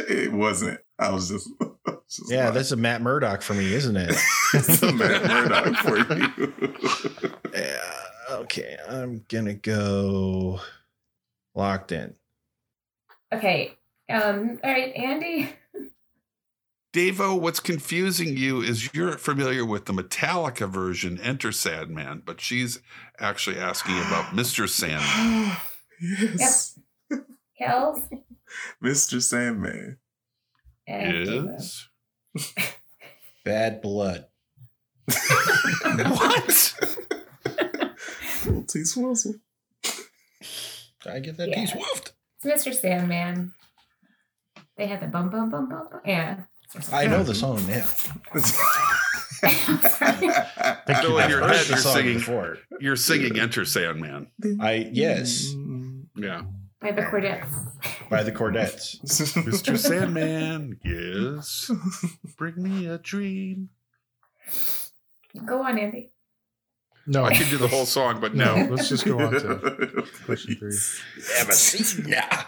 S2: it wasn't. I was just. I was just
S1: Yeah,
S2: lying.
S1: this is Matt Murdock for me, isn't it?
S2: it's a Matt Murdock for you.
S1: yeah. Okay, I'm gonna go locked in.
S5: Okay. Um, all right, Andy.
S3: Davo, what's confusing you is you're familiar with the Metallica version, Enter Sandman, but she's actually asking about Mr. Sandman.
S2: yes,
S5: Kells
S2: Mr. Sandman.
S5: and Devo.
S3: Is
S1: Bad blood.
S3: what?
S2: Little T Swizzle.
S1: Did I get that
S5: Yeah.
S1: piece woofed?
S5: It's Mr. Sandman. They had the bum bum bum bum. bum. Yeah.
S1: I know
S3: Hmm.
S1: the song now.
S5: I'm sorry.
S4: Thank
S3: So
S4: you.
S3: in
S1: I've
S3: your
S4: Dave.
S1: heard
S3: head,
S1: the
S3: you're
S1: song
S3: singing-
S1: before.
S3: You're singing Enter Sandman.
S1: I yes,
S3: Yeah.
S5: By the Cordettes.
S1: by the Cordettes.
S3: Mr. Sandman, yes. Bring me a dream.
S5: Go on, Andy.
S4: No,
S3: I could do the whole song, but no.
S4: no. Let's just go on to question three.
S1: Yeah.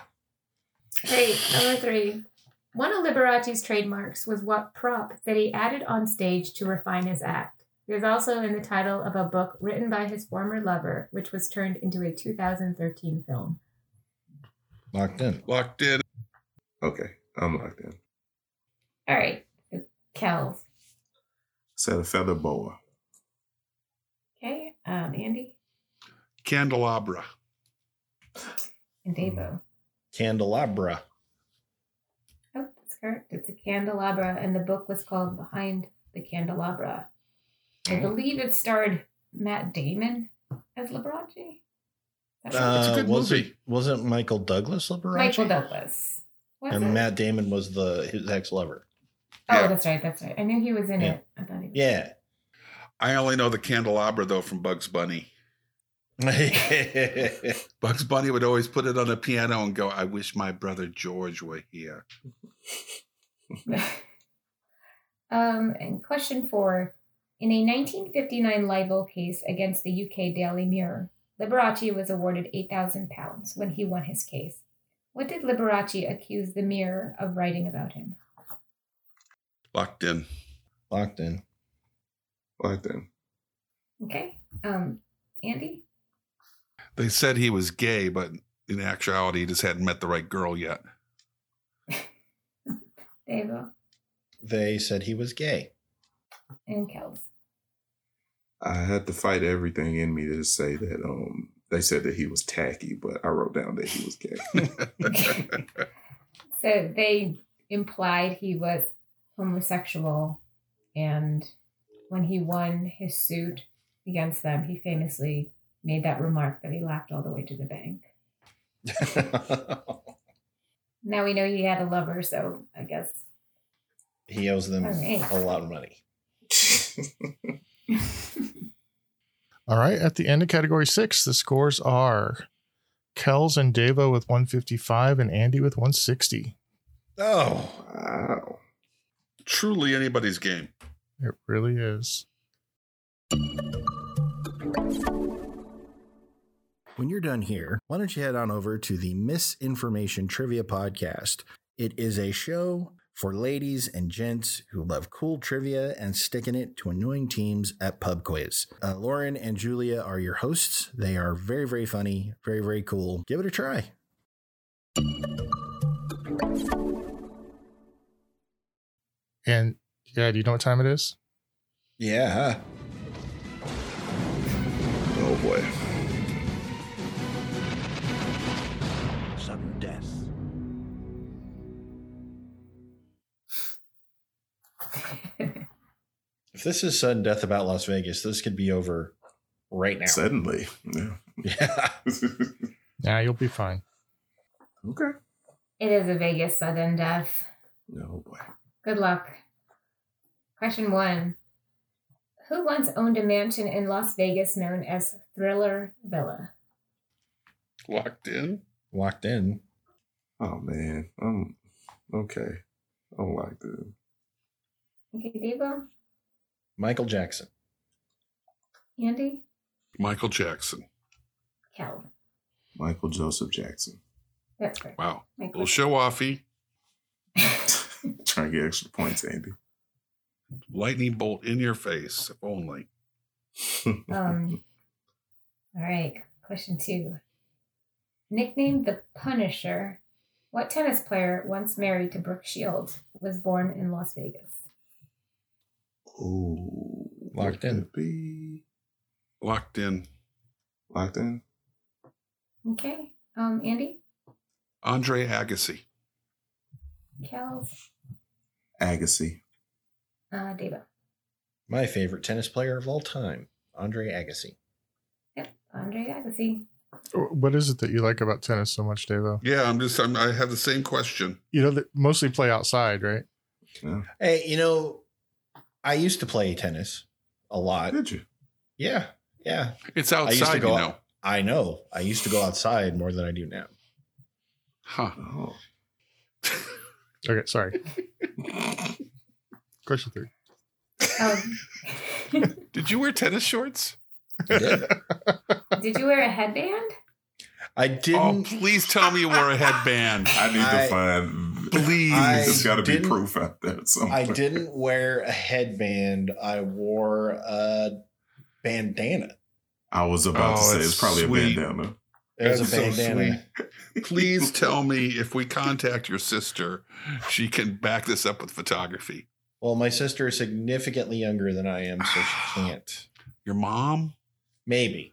S5: Great. Number three. One of Liberace's trademarks was what prop that he added on stage to refine his act. It is also in the title of a book written by his former lover, which was turned into a 2013 film.
S1: Locked in.
S3: Locked in.
S2: okay, I'm locked in.
S5: All right. Kells.
S2: Said a feather boa.
S5: Okay. Um, Andy
S3: Candelabra.
S5: and Davo.
S1: Candelabra. Hmm.
S5: Oh, that's correct. It's a candelabra, and the book was called Behind the Candelabra. I believe it starred Matt Damon as Liberace. That's right.
S3: it's a good
S1: was
S3: movie.
S1: It, wasn't Michael Douglas Uh, Liberace?
S5: Michael Douglas. Was it?
S1: And Matt Damon was the his ex lover.
S5: oh,
S3: Yeah.
S5: that's right. That's right. I knew he was in
S1: Yeah.
S5: it. I thought he was.
S1: Yeah.
S3: I only know the candelabra though from Bugs Bunny.
S1: That's
S3: Bugs Bunny would always put it on a piano and go, I wish my brother George were here.
S5: um, and question four. In a 1959 libel case against the UK Daily Mirror, Liberace was awarded £8,000 when he won his case. What did Liberace accuse the Mirror of writing about him?
S3: Locked in.
S1: locked in.
S2: Locked in.
S5: Okay. Um, Andy?
S3: They said he was gay, but in actuality, he just hadn't met the right girl yet.
S5: Davo?
S1: They said he was gay.
S5: And Kels?
S2: I had to fight everything in me to say that. Um, they said that he was tacky, but I wrote down that he was gay.
S5: So they implied he was homosexual, and when he won his suit against them, he famously made that remark that he laughed all the way to the bank. Now we know he had a lover, so I guess
S1: he owes them
S5: All right.
S1: a lot of money.
S4: All right. At the end of category six, the scores are Kells and Devo with 155 and Andy with 160.
S1: Oh.
S2: wow.
S3: Truly anybody's game.
S4: It really is.
S1: When you're done here, why don't you head on over to the Misinformation Trivia Podcast? It is a show for ladies and gents who love cool trivia and sticking it to annoying teams at pub quiz. Uh, Lauren and Julia are your hosts. They are very, very funny, very, very cool. Give it a try.
S4: And yeah, do you know what time it is?
S1: Yeah.
S2: Oh boy.
S7: Sudden death.
S1: If this is sudden death about Las Vegas, this could be over right now.
S2: Suddenly. Yeah.
S1: yeah.
S4: Nah, you'll be fine.
S2: okay.
S5: It is a Vegas sudden death.
S2: Oh boy.
S5: Good luck. Question one Who once owned a mansion in Las Vegas known as Thriller Villa?
S3: Locked in.
S1: Locked in.
S2: Oh man. Um. Okay. I don't like this.
S5: Okay, Devo?
S1: Michael Jackson.
S5: Andy?
S3: Michael Jackson.
S5: Cal.
S2: Michael Joseph Jackson.
S5: That's correct.
S3: Wow.
S5: Michael.
S3: Little show offy.
S2: Trying to get extra points, Andy.
S3: Lightning bolt in your face, if only.
S5: Um, all right, question two. Nicknamed the Punisher, what tennis player once married to Brooke Shields was born in Las Vegas?
S2: oh.
S1: Locked
S2: would
S1: in.
S2: it Be
S3: Locked in.
S2: locked in.
S5: Okay, um, Andy,
S3: Andre Agassi.
S5: Kels,
S2: Agassi.
S5: uh, Deva.
S1: My favorite tennis player of all time, Andre Agassi.
S5: Yep, Andre Agassi.
S4: What is it that you like about tennis so much, Davo?
S3: Yeah, I'm just. I'm, I have the same question.
S4: You know, that mostly play outside, right?
S1: Hey, you know, I used to play tennis a lot.
S2: Did you?
S1: Yeah. Yeah. used
S3: It's
S1: to
S3: outside, you
S1: go
S3: know.
S1: I know. I used to go outside more than I do now.
S3: Huh.
S2: Oh.
S4: Okay, sorry. Question three.
S5: Um,
S3: Did you wear tennis shorts?
S1: I did.
S5: did you wear a headband?
S1: I
S3: Oh,
S1: didn't.
S3: please tell me you wore a headband.
S2: I need
S1: I-
S2: to find.
S3: Please.
S1: I
S2: There's got to be
S1: didn't-
S2: proof out there. at some
S1: I
S2: point.
S1: didn't wear a headband. I wore a bandana.
S2: I was about to
S3: Oh,
S2: say
S3: that's
S2: it's probably
S3: sweet.
S2: a bandana.
S1: It was
S3: That's
S1: a
S3: so
S1: bandana.
S3: Please tell me if we contact your sister, she can back this up with photography.
S1: well, my sister is significantly younger than I am, so she can't.
S3: Your mom?
S1: Maybe.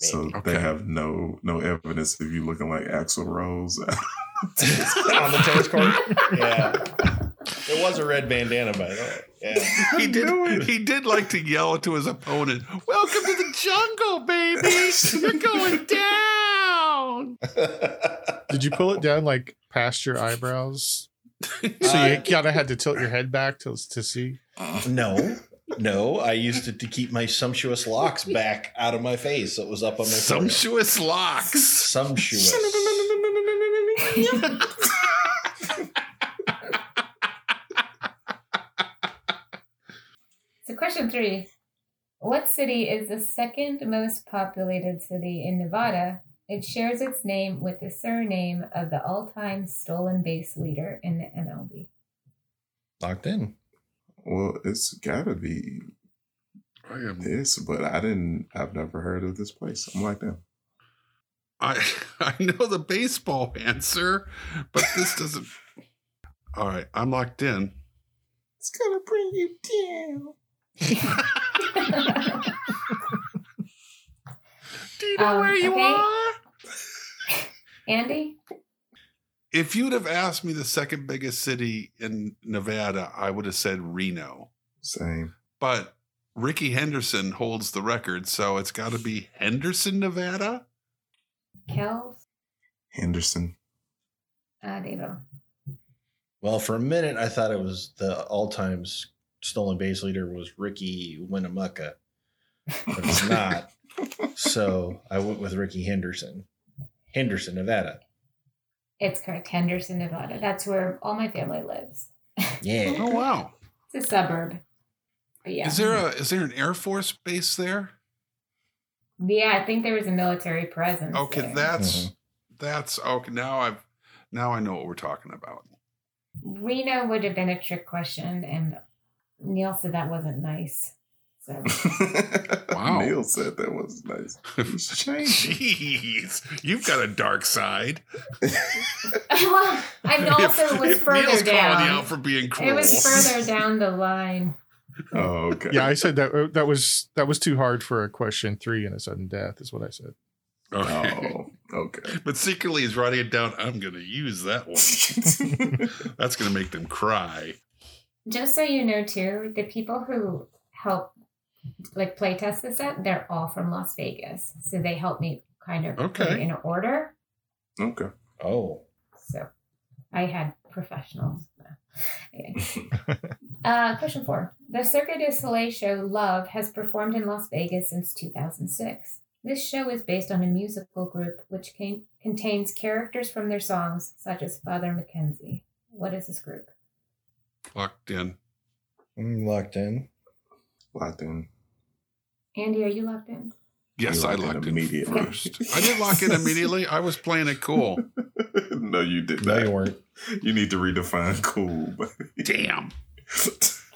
S2: So
S3: Okay.
S2: they have no no evidence of you looking like Axl Rose.
S1: on the tennis court. Yeah. It was a red bandana, by the way. Yeah.
S3: He did. He did like to yell to his opponent, "Welcome to the jungle, baby. You're going down."
S4: Did you pull it down like past your eyebrows? So you
S1: Uh,
S4: kind of had to tilt your head back to, to see.
S1: no, no. I used it to keep my sumptuous locks back out of my face. It was up on my forehead.
S3: Sumptuous locks.
S1: Sumptuous.
S5: So, question three What city is the second most populated city in Nevada? It shares its name with the surname of the all time stolen base leader in the MLB.
S1: Locked in.
S2: well, it's gotta be
S3: I am.
S2: this, but I didn't. I've never heard of this place. I'm like them.
S3: I I know the baseball answer, but this doesn't. All right, I'm locked in.
S2: It's gonna bring you down.
S3: Do you know
S5: Um,
S3: where you
S5: okay.
S3: are?
S5: Andy?
S3: If you'd have asked me the second biggest city in Nevada, I would have said Reno.
S2: Same.
S3: But Ricky Henderson holds the record, so it's got to be Henderson, Nevada.
S5: Kels?
S2: Henderson.
S5: Uh, Devo.
S1: Well, for a minute, I thought it was the all time stolen base leader was Ricky Winnemucca, but it's not. so I went with Ricky Henderson, Henderson, Nevada.
S5: It's correct. Henderson, Nevada. That's where all my family lives.
S1: Yeah.
S3: Oh wow!
S5: It's a suburb. But yeah.
S3: Is there a is there an Air Force base there?
S5: yeah, I think there was a military presence.
S3: Okay,
S5: there.
S3: that's that's okay. Now I've now I know what we're talking about.
S5: Reno would have been a trick question, and Neil said that wasn't nice. So
S3: Wow.
S2: Neil said that was nice. He's changing.
S3: Jeez, you've got a dark side.
S5: and also it was
S3: If Neil's
S5: further
S3: calling you
S5: down.
S3: out for being cruel.
S5: It was further down the line.
S2: Oh, okay.
S4: Yeah, I said that that was that was too hard for a question three and a sudden death is what I said.
S3: Okay.
S2: Oh, okay.
S3: But secretly, he's writing it down. I'm going to use that one. That's going to make them cry.
S5: Just so you know, too, the people who help like playtest this set, they're all from Las Vegas, so they helped me kind of put it
S3: Okay.
S5: in order.
S2: okay.
S1: Oh,
S5: So I had professionals. Anyway. uh, question four. The Cirque du Soleil show Love has performed in Las Vegas since 2006. This show is based on a musical group which can- contains characters from their songs, such as Father Mackenzie. What is this group?
S3: Locked in.
S1: I'm Mm, locked in.
S2: Locked in.
S5: Andy, are you locked in?
S3: Yes,
S2: You
S3: I
S2: locked in
S3: locked in
S2: immediately.
S3: first. I didn't lock in immediately. I was playing it cool.
S2: no, you did
S1: No,
S2: not.
S1: you weren't.
S2: You need to redefine cool.
S3: Damn.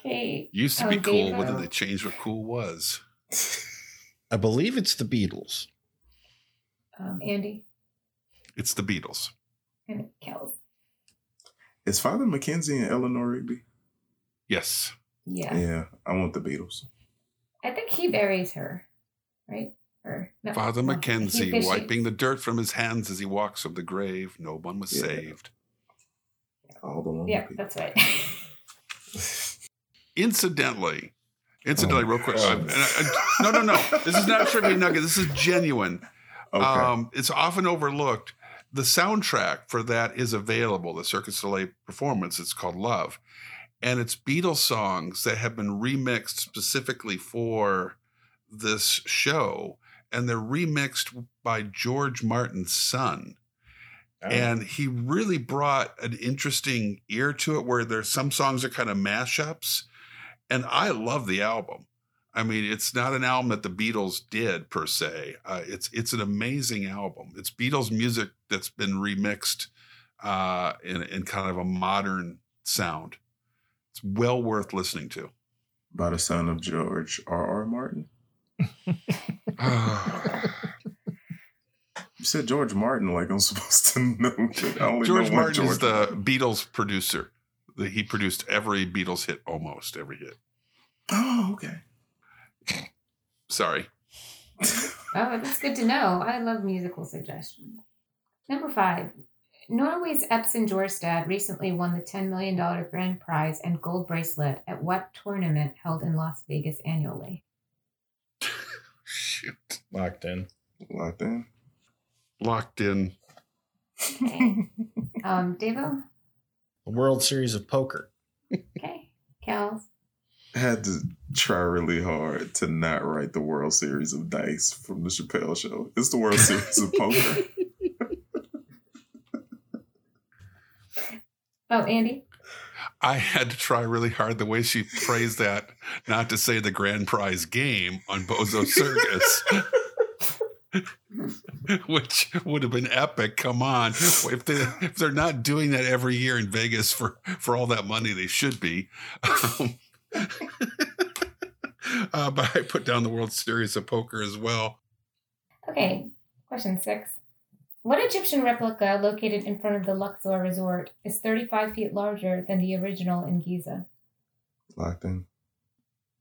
S5: Okay.
S3: Used to
S5: Oh,
S3: be cool,
S5: Dave,
S3: but then
S5: uh,
S3: they changed what cool was.
S1: I believe it's the Beatles.
S5: Um, Andy
S3: It's the Beatles.
S5: and Kels.
S2: Is Father McKenzie and Eleanor Rigby?
S3: Yes.
S5: Yeah.
S2: Yeah. I want the Beatles.
S5: I think he buries her, right? Or no,
S3: Father
S5: no,
S3: Mackenzie
S5: he- she-
S3: wiping the dirt from his hands as he walks from the grave. No one was
S2: Yeah.
S3: saved.
S2: All the lonely
S5: Yeah, Uh,
S2: people.
S5: that's right.
S3: Incidentally, incidentally,
S2: Oh,
S3: real quick.
S2: God.
S3: I- and I- I- no, no, no. This is not a trivia nugget. This is genuine.
S2: Okay.
S3: Um, it's often overlooked. The soundtrack for that is available, the Circus Soleil performance. It's called Love. And it's Beatles songs that have been remixed specifically for this show. And they're remixed by George Martin's son. And he really brought an interesting ear to it where there's some songs are kind of mashups. And I love the album. I mean, it's not an album that the Beatles did per se. Uh, it's it's an amazing album. It's Beatles music that's been remixed uh, in in kind of a modern sound. It's well worth listening to.
S2: By the son of George R. R. Martin. You said George Martin, like I'm supposed to know. I only
S3: George
S2: know one
S3: Martin
S2: George
S3: is the Beatles producer. The- He produced every Beatles hit, almost every hit.
S2: Oh, okay.
S3: Sorry.
S5: Oh, that's good to know. I love musical suggestions. Number five. Norway's Epson Jorstad recently won the $10 million grand prize and gold bracelet at what tournament held in Las Vegas annually?
S3: Shoot.
S1: Locked in.
S2: Locked in.
S3: Locked in.
S5: Okay. um, Devo?
S1: The World Series of Poker.
S5: Okay. Kels?
S2: Had to try really hard to not write the World Series of Dice from the Chappelle Show. It's the World Series of Poker.
S5: Oh, Andy?
S3: I had to try really hard the way she phrased that, not to say the grand prize game on Bozo Circus. Which would have been epic. Come on. If, they, if they're not doing that every year in Vegas for, for all that money, they should be. Um, uh, but I put down the World Series of Poker as well.
S5: Okay. Question six. What Egyptian replica located in front of the Luxor Resort is 35 feet larger than the original in Giza?
S2: Locked in.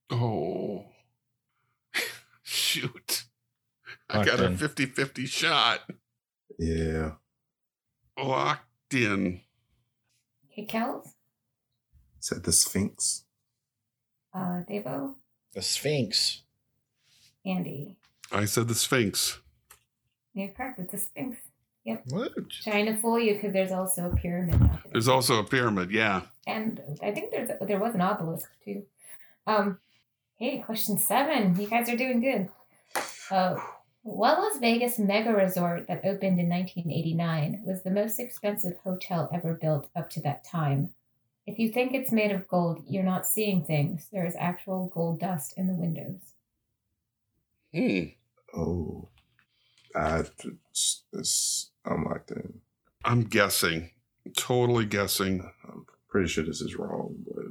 S3: Oh, shoot. I
S1: Locked
S3: got a
S1: in.
S3: 50 50 shot.
S2: Yeah.
S3: Locked in.
S5: Okay, Kels?
S2: Said the Sphinx.
S5: Uh, Devo?
S1: The Sphinx.
S5: Andy?
S3: I said the Sphinx.
S5: You're correct. It's a sphinx.
S1: What?
S5: Trying to fool you because there's also a pyramid. out there.
S3: There's also a pyramid. Yeah.
S5: and I think there's there was an obelisk too. Um, hey, question seven. You guys are doing good. Uh, what Las Vegas mega resort that opened in 1989 was the most expensive hotel ever built up to that time? If you think it's made of gold, you're not seeing things. There is actual gold dust in the windows.
S2: Oh. I it's, I'm uh, locked in.
S3: I'm guessing. Totally guessing.
S2: I'm pretty sure this is wrong, but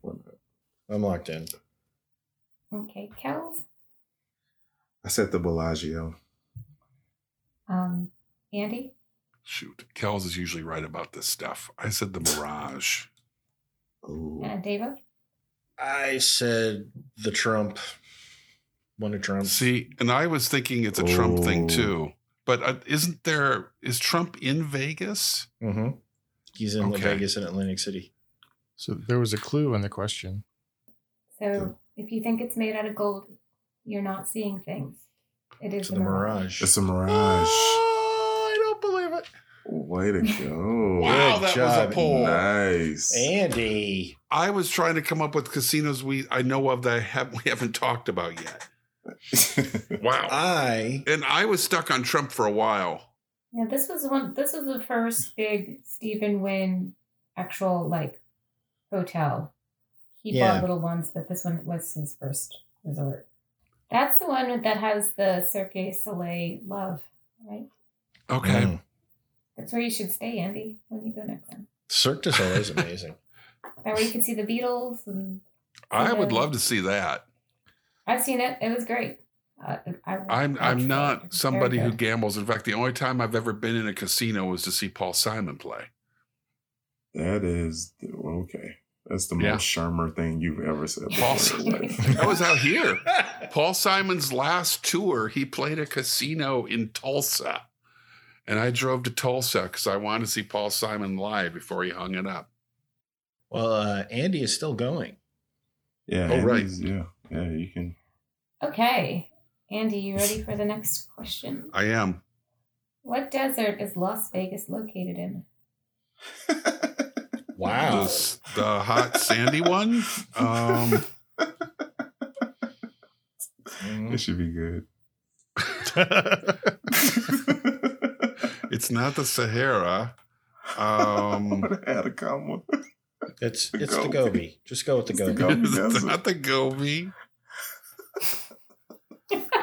S2: why not?
S1: I'm locked in.
S5: Okay, Kells.
S2: I said the Bellagio.
S5: Um, Andy.
S3: Shoot. Kells is usually right about this stuff. I said the Mirage.
S2: Ooh.
S5: Uh, Davo.
S1: I said the Trump. One of Trump's.
S3: See, and I was thinking it's a Trump thing
S2: Oh.
S3: too. But uh, isn't there, is Trump in Vegas?
S1: hmm He's in
S3: Okay.
S1: Vegas and Atlantic City.
S4: So there was a clue in the question.
S5: So if you think it's made out of gold, you're not seeing things. It is
S1: To the Mirage.
S2: It's a Mirage.
S3: Oh, I don't believe it.
S2: Way to go.
S3: Wow,
S1: Good
S3: that was
S1: job,
S3: a poll.
S2: Nice.
S1: Andy.
S3: I was trying to come up with casinos we I know of that I have, we haven't talked about yet. Wow.
S1: I
S3: and I was stuck on Trump for a while.
S5: Yeah, this was one. This was the first big Stephen Wynn actual like hotel. He
S1: Yeah.
S5: bought little ones, but this one was his first resort. That's the one that has the Cirque Soleil love, right?
S3: Okay.
S1: Mm.
S5: That's where you should stay, Andy, when you go next time.
S1: Cirque du Soleil is amazing.
S5: That way you can see the Beatles, and
S3: I would
S5: Yeah.
S3: love to see that.
S5: I've seen it. It was great. Uh, I,
S3: I'm I'm not somebody who
S5: Very good.
S3: gambles. In fact, the only time I've ever been in a casino was to see Paul Simon play.
S2: That is okay. That's the
S3: Yeah.
S2: most Shermer thing you've ever said.
S3: Paul
S2: before in your life.
S3: That was out here. Paul Simon's last tour, he played a casino in Tulsa. And I drove to Tulsa because I wanted to see Paul Simon live before he hung it up.
S1: well, uh, Andy is still going.
S2: yeah.
S3: Oh,
S2: it
S3: right.
S2: is, Yeah. Yeah. You can.
S5: Okay, Andy, you ready for the next question?
S3: I am.
S5: What desert is Las Vegas located in?
S1: Wow.
S3: The, s- the hot sandy one. Um, Mm.
S2: It should be good.
S3: it's not the Sahara. Um,
S2: I had a comma.
S1: It's
S2: The
S1: it's the
S2: Gobi.
S1: Gobi. Just go with the
S5: It's the
S4: Oh,
S1: Gobi.
S2: Gobi.
S3: it's
S2: Desert.
S3: not the Gobi.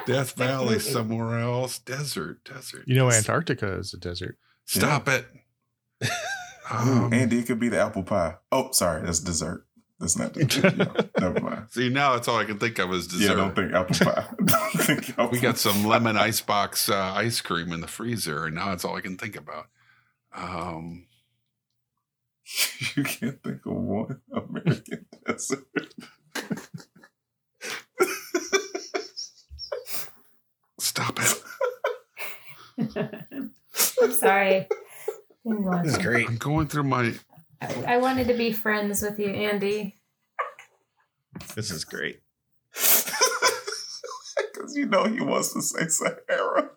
S3: Death Valley somewhere else. Desert, desert.
S4: You know, Antarctica is a desert.
S3: Stop it.
S2: Ooh,
S3: Um,
S2: Andy, it could be the apple pie. Oh, sorry, that's dessert. That's not dessert. Yeah, never mind.
S3: see, now that's all I can think of is
S2: Yeah,
S3: dessert.
S2: don't think apple pie. Don't think apple
S3: we got some lemon icebox uh, ice cream in the freezer, and now that's all I can think about. Um,
S2: You can't think of one American desert.
S3: stop it.
S5: I'm sorry. Didn't want
S1: This is
S5: to.
S1: great.
S3: I'm going through my.
S5: I wanted to be friends with you, Andy.
S1: This is great.
S2: Because you know he wants to say Sahara.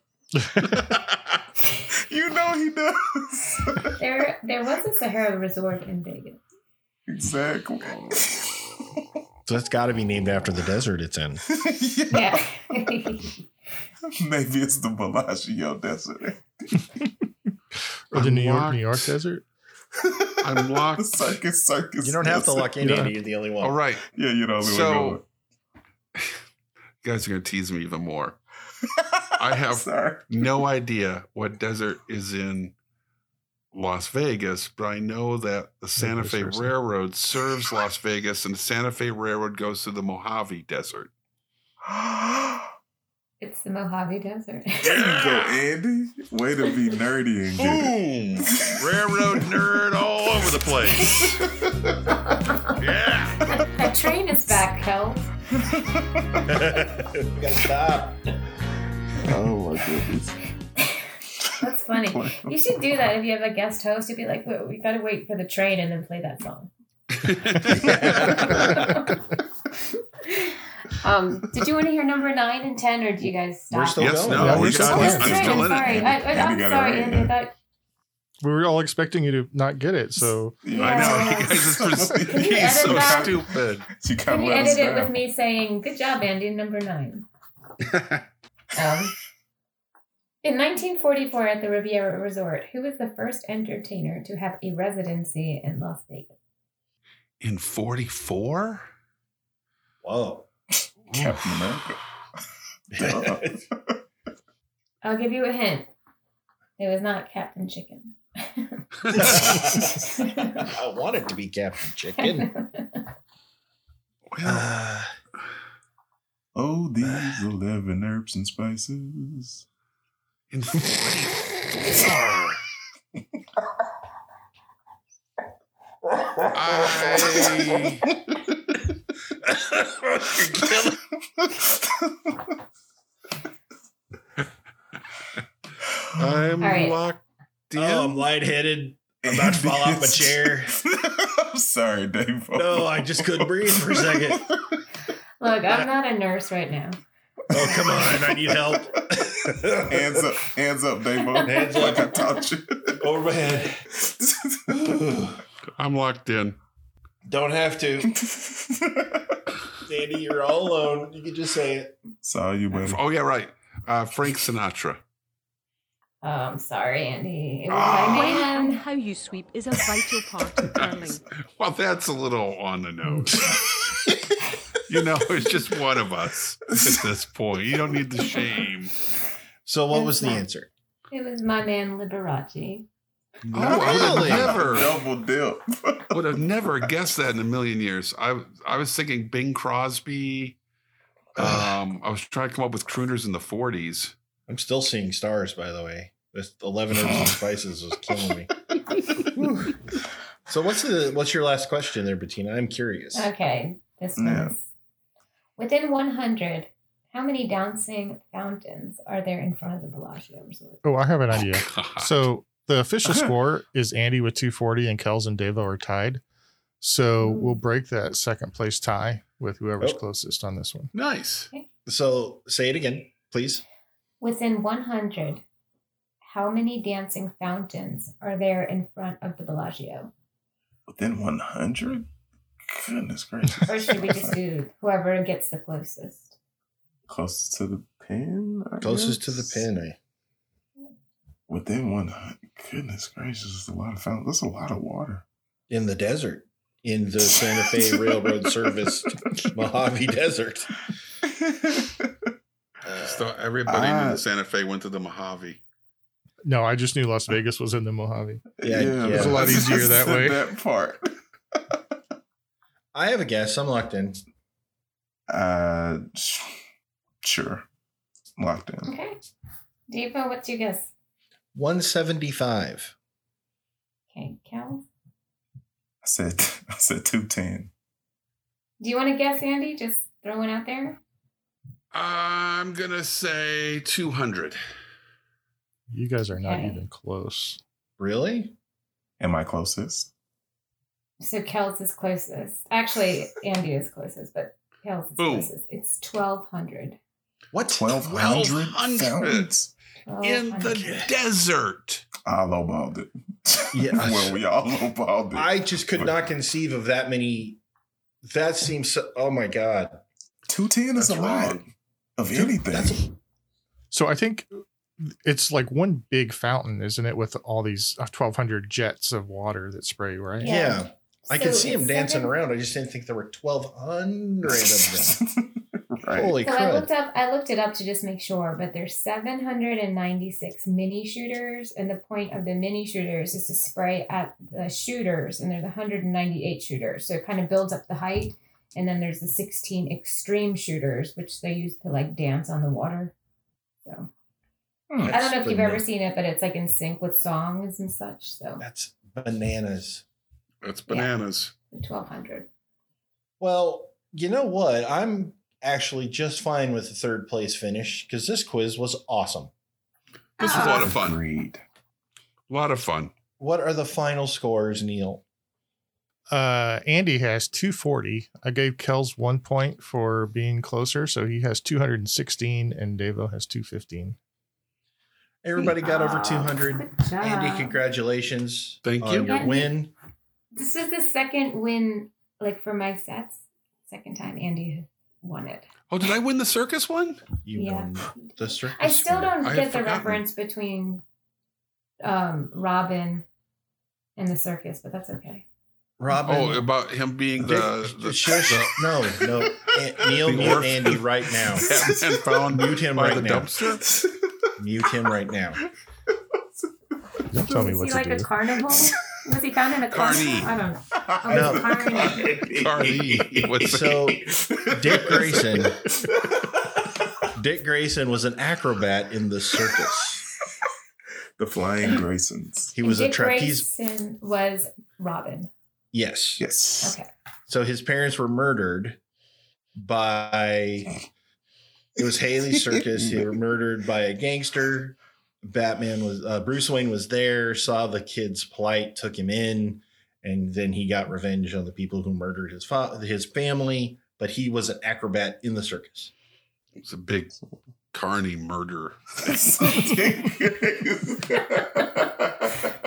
S2: You know he does.
S5: There, there was a Sahara resort in Vegas.
S2: exactly.
S3: Oh.
S1: So that's got to be named after the desert it's in.
S2: yeah.
S5: Yeah.
S2: Maybe it's the Bellagio desert.
S4: Or the New York,
S3: Unlocked.
S4: New York desert.
S3: I'm locked.
S2: the circus, circus.
S1: You don't have to
S2: desert.
S1: luck in,
S4: Yeah.
S1: Andy. You're the only one.
S3: All right,
S2: Yeah, you know.
S3: So- you guys are going to tease me even more. I have-
S2: Sorry.
S3: no idea what desert is in Las Vegas, but I know that the Santa
S4: this
S3: Fe
S4: person.
S3: Railroad serves Las Vegas, and the Santa Fe Railroad goes through the Mojave Desert.
S5: it's the Mojave Desert.
S2: There you go, Andy. Way to be nerdy and get
S3: Boom! Railroad nerd all over the place. Yeah.
S5: That train is back, hell.
S1: We gotta stop.
S2: it. Oh my goodness.
S5: That's funny. You should do that if you have a guest host. You'd be like, "Wait, we gotta wait for the train and then play that song. um, did you want to hear number nine and ten, or do you guys stop?
S1: We're still
S3: Yes,
S1: going.
S3: no,
S4: Yeah, we're
S3: we
S4: still
S3: got
S5: Oh,
S4: in
S3: this.
S5: that's
S4: it.
S3: I'm
S5: right.
S3: still
S5: I'm
S3: in it.
S5: sorry. I, I,
S2: You
S5: I'm
S2: got it
S5: sorry.
S2: right,
S5: Andy. I
S2: yeah.
S5: thought
S4: We were all expecting you to not get it. So
S3: I know.
S5: Yeah.
S3: You guys is pres-
S5: Can you
S3: he's so
S5: edit that?
S3: stupid.
S2: She kind
S5: Can
S2: of
S5: you
S2: let us
S5: edit it with
S2: down.
S5: me saying, good job, Andy, number nine? Um, in 1944 at the Riviera Resort, who was the first entertainer to have a residency in Las Vegas?
S3: In 44?
S1: Whoa.
S2: Captain America.
S5: I'll give you a hint. It was not Captain Chicken.
S1: I want it to be Captain Chicken.
S3: Well,
S1: Uh,
S2: Oh, these 11 herbs and spices.
S3: In 44. I. I'm
S5: All right.
S3: locked in.
S1: Oh, I'm lightheaded. I'm about to fall off my chair.
S2: I'm sorry, Dave.
S1: No, I just couldn't breathe for a second.
S5: Look, I'm not a nurse right now.
S1: Oh, come on. I need help.
S2: hands up, hands up, Dave.
S1: Hands
S2: Like I
S1: up.
S2: taught you.
S1: Over my head.
S3: I'm locked in.
S1: Don't have to. Sandy, you're all alone. You can just say it.
S2: Saw you, buddy.
S3: Oh yeah, right. Uh, Frank Sinatra.
S5: Oh, I'm sorry, Andy. It was
S3: Ah.
S5: my
S8: And
S5: man.
S8: how you sweep is a vital part of curling.
S3: Well, that's a little on the nose. you know, it's just one of us at this point. You don't need the shame.
S1: So, what was the
S5: Yes, ma'am.
S1: answer?
S5: It was my man Liberace.
S3: Oh, I would
S1: Really?
S3: have never
S2: Double dip.
S3: would have never guessed that in a million years. I I was thinking Bing Crosby. Um, I was trying to come up with crooners in the '40s.
S1: I'm still seeing stars, by the way. This 11 herbs and spices was killing me. Whew. so, what's the what's your last question there, Bettina? I'm curious.
S5: Okay, this one's
S2: Yeah.
S5: within 100. How many dancing fountains are there in front of the Bellagio Resort?
S4: Oh, I have an idea.
S3: God.
S4: So the official score is Andy with 240 and Kels and Devo are tied. So we'll break that second place tie with whoever's
S1: Oh.
S4: closest on this one.
S3: nice.
S1: So, say it again, please.
S5: Within 100, how many dancing fountains are there in front of the Bellagio?
S2: Within 100? Goodness gracious.
S5: Or should we just do whoever gets the closest?
S2: Closest to the pin? I
S1: Closest to the
S2: guess?
S1: pin. I,
S2: Within 100. Goodness gracious. That's a lot of fountains. That's a lot of water.
S1: in the desert, in the Santa Fe Railroad Service, Mojave Desert.
S3: So everybody
S2: Uh,
S3: knew
S1: Ah.
S3: that Santa Fe went to the Mojave.
S4: No, I just knew Las Vegas was in the Mojave.
S1: Yeah, yeah. It's a
S4: lot easier that way.
S2: That part.
S1: I have a guess. I'm locked in.
S2: Uh, sh- sure. Locked in.
S5: Okay. Deepa, what's your guess?
S1: 175.
S5: Okay, Cal?
S2: I said I said two ten.
S5: Do you want to guess, Andy? Just throw one out there?
S3: I'm gonna say 200.
S4: You guys are not
S5: Okay.
S4: even close.
S1: Really?
S2: Am I closest?
S5: So Kells is closest. Actually, Andy is closest, but Kells is
S3: Boom.
S5: closest. It's 1,200.
S1: What?
S2: Twelve hundred
S3: 1,200.
S2: fountains.
S5: Oh,
S3: In the desert.
S2: I lowballed it.
S1: Yeah.
S2: well, we all lowballed it.
S1: I just could not conceive of that many. That seems so. Oh my God.
S2: two ten is a
S3: That's
S2: lot
S3: wrong.
S2: of
S1: Dude,
S2: anything.
S1: that's a-
S4: So I think it's like one big fountain, isn't it? With all these uh, 1,200 jets of water that spray, right?
S1: Yeah. I could see him dancing around. I just didn't think there were 1,200 of them.
S2: right.
S1: Holy
S5: So I
S1: crap.
S5: looked up. I looked it up to just make sure, but there's 796 mini shooters, and the point of the mini shooters is to spray at the shooters, and there's 198 shooters, so it kind of builds up the height. And then there's the 16 extreme shooters, which they use to like dance on the water. So
S1: Hmm,
S5: I don't know if you've ever seen it, but it's like in sync with songs and such. So
S1: That's bananas.
S3: That's bananas.
S5: 1200.
S1: Well, you know what? I'm actually just fine with the third place finish because this quiz was awesome.
S3: This
S5: Ah.
S3: was a lot of fun.
S2: Agreed.
S3: A lot of fun.
S1: What are the final scores, Neil?
S4: Uh, Andy has 240. I gave Kels one point for being closer. So he has 216 and Devo has 215.
S1: Everybody got over
S5: Ah,
S1: 200.
S5: good job.
S1: Andy, congratulations.
S3: Thank
S1: on
S3: you.
S1: Your win.
S5: This is the second win, like for my sets. Second time Andy won it.
S3: Oh, did I win the circus one?
S1: You
S5: Yeah.
S1: won the circus.
S5: I still
S1: one.
S5: don't
S3: I had
S5: get the
S3: forgotten.
S5: reference between um, Robin and the circus, but that's okay.
S1: Robin.
S3: Oh, about him being the,
S1: Dick-
S3: the,
S1: shush.
S3: the
S1: no, no. A- Neil,
S3: The
S1: mute
S3: orphan.
S1: Andy right now.
S3: Batman found
S1: Mute him
S3: by
S1: right
S3: the
S1: now.
S3: dumpster.
S1: Mute him right now.
S4: Don't tell me
S5: was
S4: what
S5: he
S4: to
S5: like
S4: do.
S5: a carnival? Was he found in a carnival?
S3: Carney.
S5: I don't know.
S1: No.
S5: Oh, no.
S3: Carney. What's
S1: So, Dick Grayson Dick Grayson was an acrobat in the circus.
S2: The Flying Graysons.
S1: He was a
S5: Dick
S1: trapeze.
S5: Grayson was Robin.
S1: Yes.
S2: Yes.
S5: Okay.
S1: So his parents were murdered by. It was Haley's circus. They were murdered by a gangster. Batman was uh, Bruce Wayne was there, saw the kid's plight, took him in, and then he got revenge on the people who murdered his father, his family. But he was an acrobat in the circus.
S3: It's a big carny murder.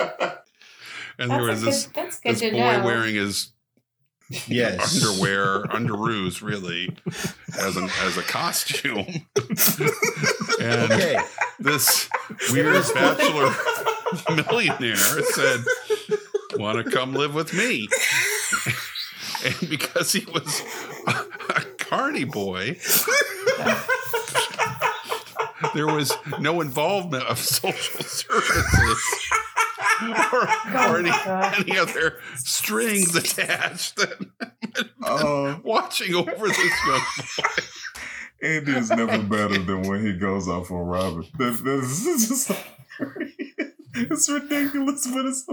S3: And
S5: That's,
S3: there
S5: a
S3: was
S5: good,
S3: this,
S5: that's good
S3: this
S5: to
S3: boy
S5: know.
S3: wearing his
S1: Yes,
S3: underwear, underoos, really, as an as a costume. and
S1: Okay,
S3: this weird bachelor millionaire said, "Want to come live with me?" And because he was a, a carny boy, there was no involvement of social services or,
S5: Oh
S3: or any, any other strings attached than
S2: Oh,
S3: watching over this young
S2: Andy is never better than when he goes off on Robin. That, that's just it's ridiculous, but it's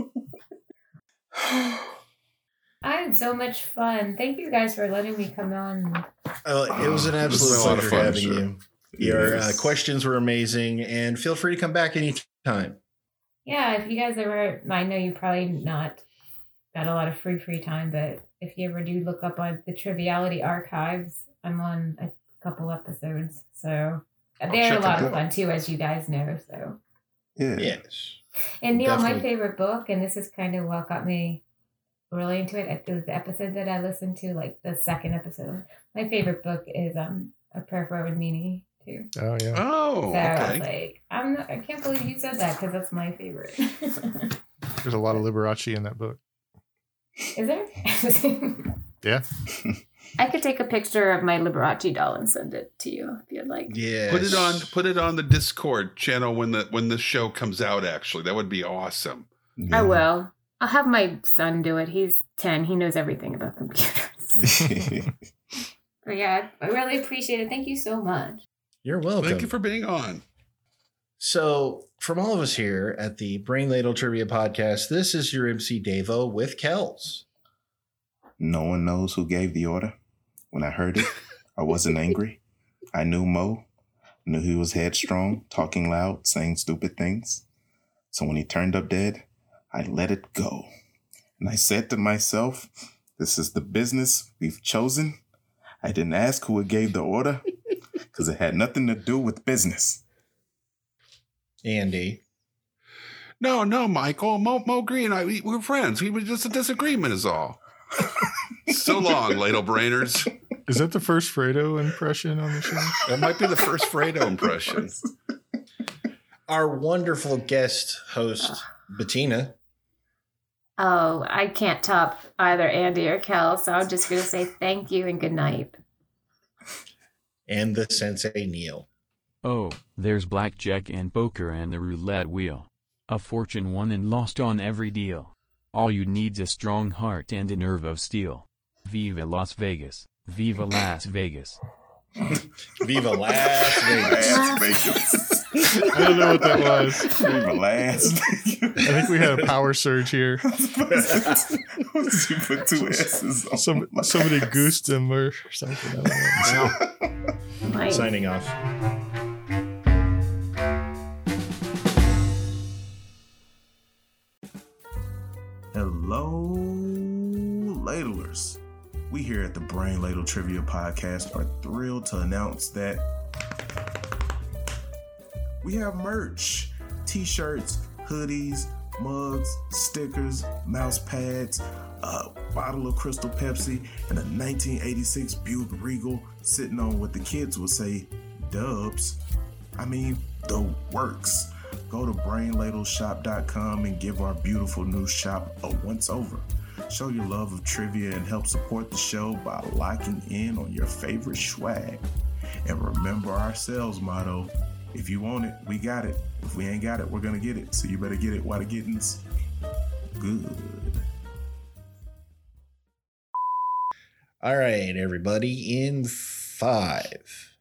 S5: I had so much fun. Thank you guys for letting me come on.
S1: Uh, it was an
S2: This is
S1: absolute
S2: a lot
S1: pleasure
S2: of fun,
S1: having
S2: sure.
S1: you. Your uh,
S2: Yes.
S1: questions were amazing, and feel free to come back anytime.
S5: Yeah, if you guys ever, I know you probably not got a lot of free free time, but if you ever do look up on the Triviality Archives, I'm on a couple episodes, so they're
S3: check
S5: a lot
S2: it out.
S5: of fun too, as you guys know. So,
S2: Yeah.
S1: Yes.
S5: and Neil, my
S1: Definitely.
S5: favorite book, and this is kind of what got me really into it. It was the episode that I listened to, like the second episode. My favorite book is um a prayer for Edward Meany too.
S4: Oh yeah.
S3: Oh,
S5: So I
S3: okay.
S5: was like, I'm not, I can't believe you said that because that's my favorite.
S4: There's a lot of Liberace in that book.
S5: Is there?
S4: Yeah.
S5: I could take a picture of my Liberace doll and send it to you if you'd like.
S1: Yes.
S3: Put it on put it on the Discord channel when the when the show comes out actually. That would be awesome.
S5: I will. I'll have my son do it. He's 10. He knows everything about computers. but yeah, I really appreciate it. Thank you so much.
S1: You're welcome.
S3: Thank you for being on.
S1: so, from all of us here at the Brain Ladle Trivia Podcast, this is your MC Davo with Kells.
S2: No one knows who gave the order. When I heard it, I wasn't angry. I knew Mo, knew he was headstrong, talking loud, saying stupid things. So when he turned up dead, I let it go. And I said to myself, this is the business we've chosen. I didn't ask who it gave the order because it had nothing to do with business.
S1: Andy.
S3: No, no, Michael. Mo, Mo Green, I, we, we're friends. We was just a disagreement, is all. so long, Ladle Brainers.
S4: Is that the first Fredo impression on the show?
S3: That might be the first Fredo impression.
S1: Our wonderful guest host, Bettina.
S5: Oh, I can't top either Andy or Kel, so I'm just going to say thank you and good night.
S1: And the Sensei Neil.
S6: Oh, there's blackjack and poker and the roulette wheel. A fortune won and lost on every deal. All you need's a strong heart and a nerve of steel. Viva Las Vegas. Viva Las Vegas.
S1: Viva Las Vegas.
S2: Last Vegas.
S4: I don't know what that was.
S2: Leave last Vegas.
S4: I think we had a power surge here.
S2: you put two S's on
S4: Some
S2: my
S4: somebody
S2: ass.
S4: goosed him or something. I don't know.
S5: Like,
S1: Signing off.
S2: Hello, ladlers. We here at the Brain Ladle Trivia Podcast are thrilled to announce that we have merch t shirts, hoodies, mugs, stickers, mouse pads, a bottle of Crystal Pepsi, and a 1986 Buick Regal sitting on what the kids would say dubs. I mean, the works. Go to brainladleshop.com and give our beautiful new shop a once over. Show your love of trivia and help support the show by locking in on your favorite swag. And remember our sales motto if you want it, we got it. If we ain't got it, we're going to get it. So you better get it while the getting's good.
S1: All right, everybody, in five,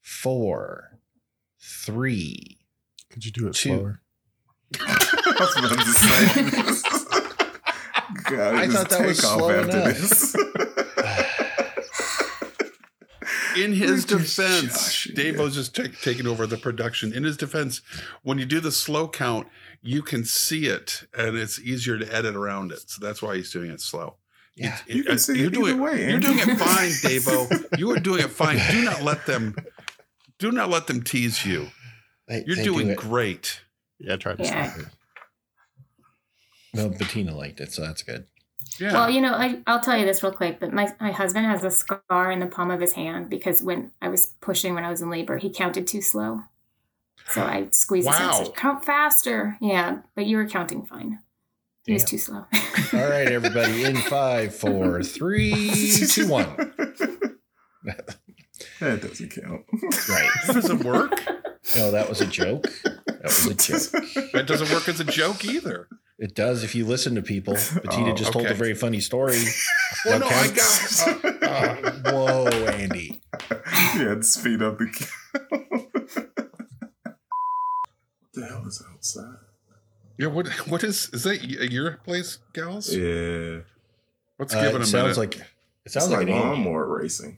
S1: four, three.
S4: Could you do it
S1: Two.
S4: slower?
S2: I was about to say. God,
S1: I
S2: it
S1: thought
S2: just
S1: that was
S2: take off
S1: slow enough.
S2: this.
S3: In his
S2: We're just
S3: defense,
S2: joshing,
S3: Dave
S2: yeah.
S3: was just ta- taking over the production. In his defense, when you do the slow count, you can see it, and it's easier to edit around it. So that's why he's doing it slow.
S1: Yeah.
S2: You can see
S3: uh, you're
S2: it
S3: doing
S2: either way,
S3: You're
S2: Andy.
S3: doing it fine, Davo. You are doing it fine. Do not let them. Do not let them tease you.
S1: They-
S3: You're
S1: they do
S3: doing
S1: it.
S3: great.
S4: Yeah, I tried to
S5: Yeah.
S4: stop it.
S1: No, Bettina liked it, so that's good.
S3: Yeah.
S5: Well, you know, I, I'll tell you this real quick, but my, my husband has a scar in the palm of his hand because when I was pushing when I was in labor, he counted too slow. So I squeezed his hand and
S3: Wow.
S5: said, count faster. Yeah, but you were counting fine. He was
S1: Damn.
S5: too slow.
S1: All right, everybody, in five, four, three, two, one.
S2: that doesn't count.
S1: Right.
S3: doesn't work.
S1: No, that was a joke. That was a joke.
S3: That doesn't work as a joke either.
S1: It does if you listen to people. Bettina
S2: Oh,
S1: just told
S3: okay.
S1: a very funny story.
S3: Well, no, I
S1: Okay.
S3: got.
S1: Uh, whoa, Andy.
S2: yeah, to speed up the count. What the hell is outside?
S3: Yeah, what what is is that y- your place, gals?
S2: Yeah,
S3: Let's
S1: Uh,
S3: give it a
S1: it
S3: minute.
S1: sounds like it sounds
S2: it's
S1: like,
S2: like,
S1: an Andy.
S2: lawnmower racing.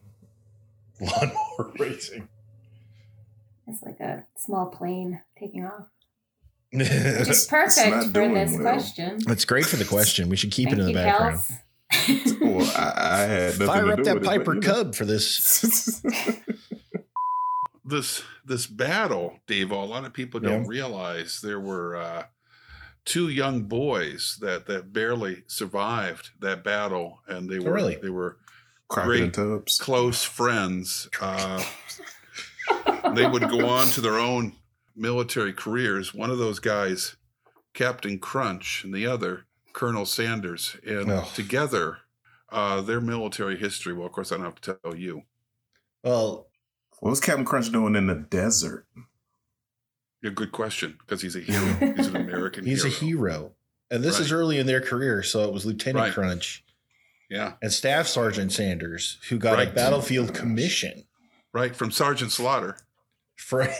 S1: lawnmower racing.
S5: it's like a small plane taking off. Which is
S1: it's
S2: not
S5: perfect for
S2: doing
S5: this
S2: well.
S5: question.
S1: great for the question. We should keep it in the background.
S2: Well, I, I had nothing
S1: Fire
S2: to
S1: up
S2: do
S1: that
S2: with it, but,
S1: Piper
S2: you know.
S1: Cub for this.
S3: this this battle, Dave. A lot of people don't
S1: Yeah.
S3: realize there were uh, two young boys that that barely survived that battle, and they were
S1: Oh, really?
S3: they were
S2: Crockett and
S3: Great.
S2: Tubbs.
S3: close friends. Uh, they would go on to their own military careers. One of those guys, Captain Crunch, and the other, Colonel Sanders. And
S1: Oh.
S3: together, uh, their military history. Well, of course, I don't have to tell you.
S1: Well,
S2: What was Captain Crunch doing in the desert?
S3: A good question because he's a hero. he's an American.
S1: he's a hero. And this is
S3: Right.
S1: early in their career, so it was Lieutenant
S3: Right.
S1: Crunch
S3: Yeah,
S1: and Staff Sergeant Sanders who got a
S3: Right.
S1: battlefield commission.
S3: right. From Sergeant Slaughter.
S1: For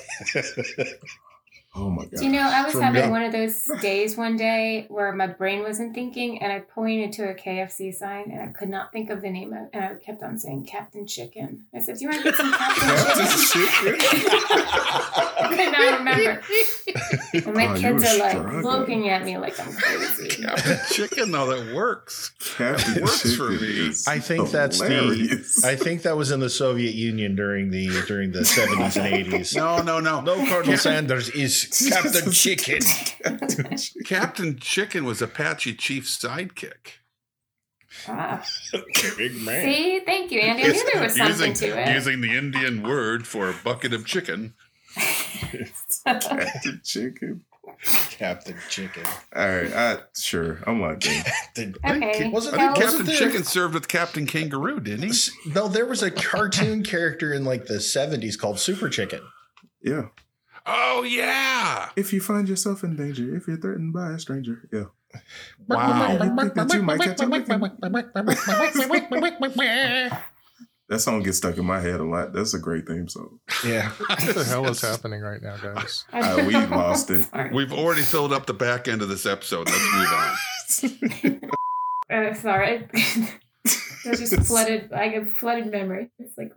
S2: Oh my god!
S5: Do you know, I was
S1: From
S5: having
S1: young.
S5: one of those days one day where my brain wasn't thinking and I pointed to a KFC sign and I could not think of the name of and I kept on saying Captain Chicken. I said, Do you want to get some Captain Chicken? I could not remember. And my
S2: Oh, you
S5: kids
S2: were
S5: are like
S2: struggling.
S5: looking at me like I'm crazy.
S3: Captain Chicken. Though that works.
S2: Captain
S3: Works for
S2: Chicken
S3: me.
S2: is
S1: I think that's
S2: hilarious.
S1: the. I think that was in the Soviet Union during the during the seventies and eighties.
S3: No, no, no.
S1: No, Colonel Sanders is Captain Chicken.
S3: Captain Chicken was Apache Chief's sidekick.
S5: Ah.
S1: Big man.
S5: See, thank you, Andy. I knew there was something
S3: using,
S5: to it.
S3: using the Indian word for a bucket of chicken.
S2: Captain Chicken.
S1: Captain Chicken.
S2: All right, I, sure. I'm like, that.
S1: The-
S5: Okay.
S1: Wasn't-
S3: I think
S5: Well-
S3: Captain Chicken served with Captain Kangaroo, didn't he?
S1: No, there was a cartoon character in like the seventies called Super Chicken.
S2: yeah.
S3: Oh yeah!
S2: If you find yourself in danger, if you're threatened by a stranger, yeah.
S3: Wow.
S2: You think that you might catch a licking? That song gets stuck in my head a lot. That's a great theme song.
S1: Yeah.
S4: What the hell is happening right now, guys?
S2: Uh, we lost it.
S5: Sorry.
S3: We've already filled up the back end of this episode. Let's move on.
S5: Uh, sorry. There's just flooded, I got flooded memory. It's like,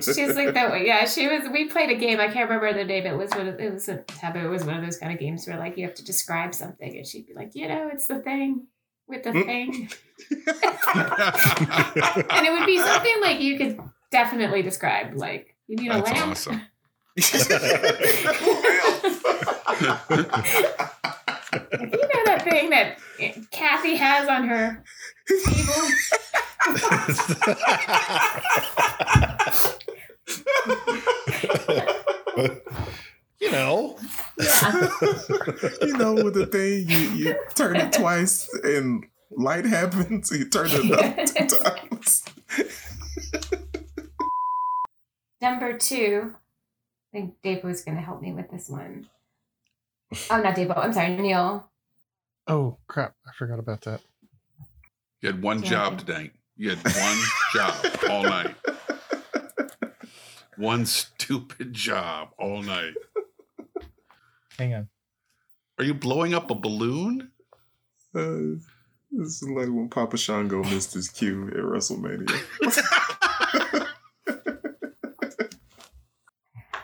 S5: she's like that way. Yeah, she was, we played a game. I can't remember the name. It was one of, it was a taboo. It was one of those kind of games where like you have to describe something and she'd be like, you know, it's the thing with
S3: Mm.
S5: the thing. and it would be something like you could definitely describe, like, you need a
S3: That's
S5: lamp.
S3: awesome.
S5: You know that thing that Kathy has on her table?
S1: you know.
S2: you know, with the thing, you, you turn it twice and light happens. You turn it up two times.
S5: Number two, I think Dave was going to help me with this one. Oh, not Dave. I'm sorry, Neil.
S4: Oh crap! I forgot about that.
S3: You had one
S5: Yeah.
S3: job tonight. You had one job all night. one stupid job all night.
S4: Hang on.
S3: Are you blowing up a balloon?
S2: Uh, this is like when Papa Shango missed his cue at WrestleMania.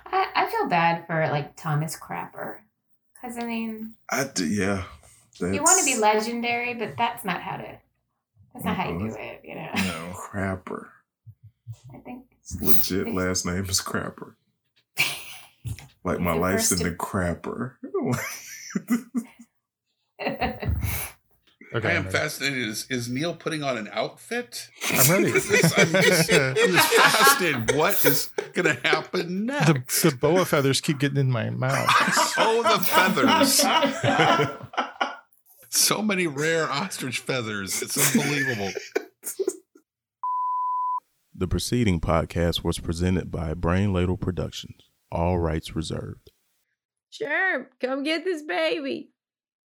S5: I, I feel bad for like Thomas Crapper. Because, I mean,
S2: I do, yeah.
S5: you want to be legendary, but that's not how to. That's not how you
S2: Mhm.
S5: do it, you know.
S2: no crapper.
S5: I think
S2: His legit last name is crapper. Like
S5: He's
S2: my
S5: the
S2: life's in
S5: first
S2: the
S5: to-
S2: crapper.
S4: Okay.
S3: I
S4: I'm
S3: am
S4: ready.
S3: fascinated. Is, is Neil putting on an outfit?
S4: I'm ready.
S3: I'm just, I'm just fascinated. What is going to happen next?
S4: the, the boa feathers keep getting in my mouth.
S3: oh, the feathers. so many rare ostrich feathers. It's unbelievable.
S9: The preceding podcast was presented by Brain Ladle Productions, all rights reserved.
S10: Sure, come get this baby.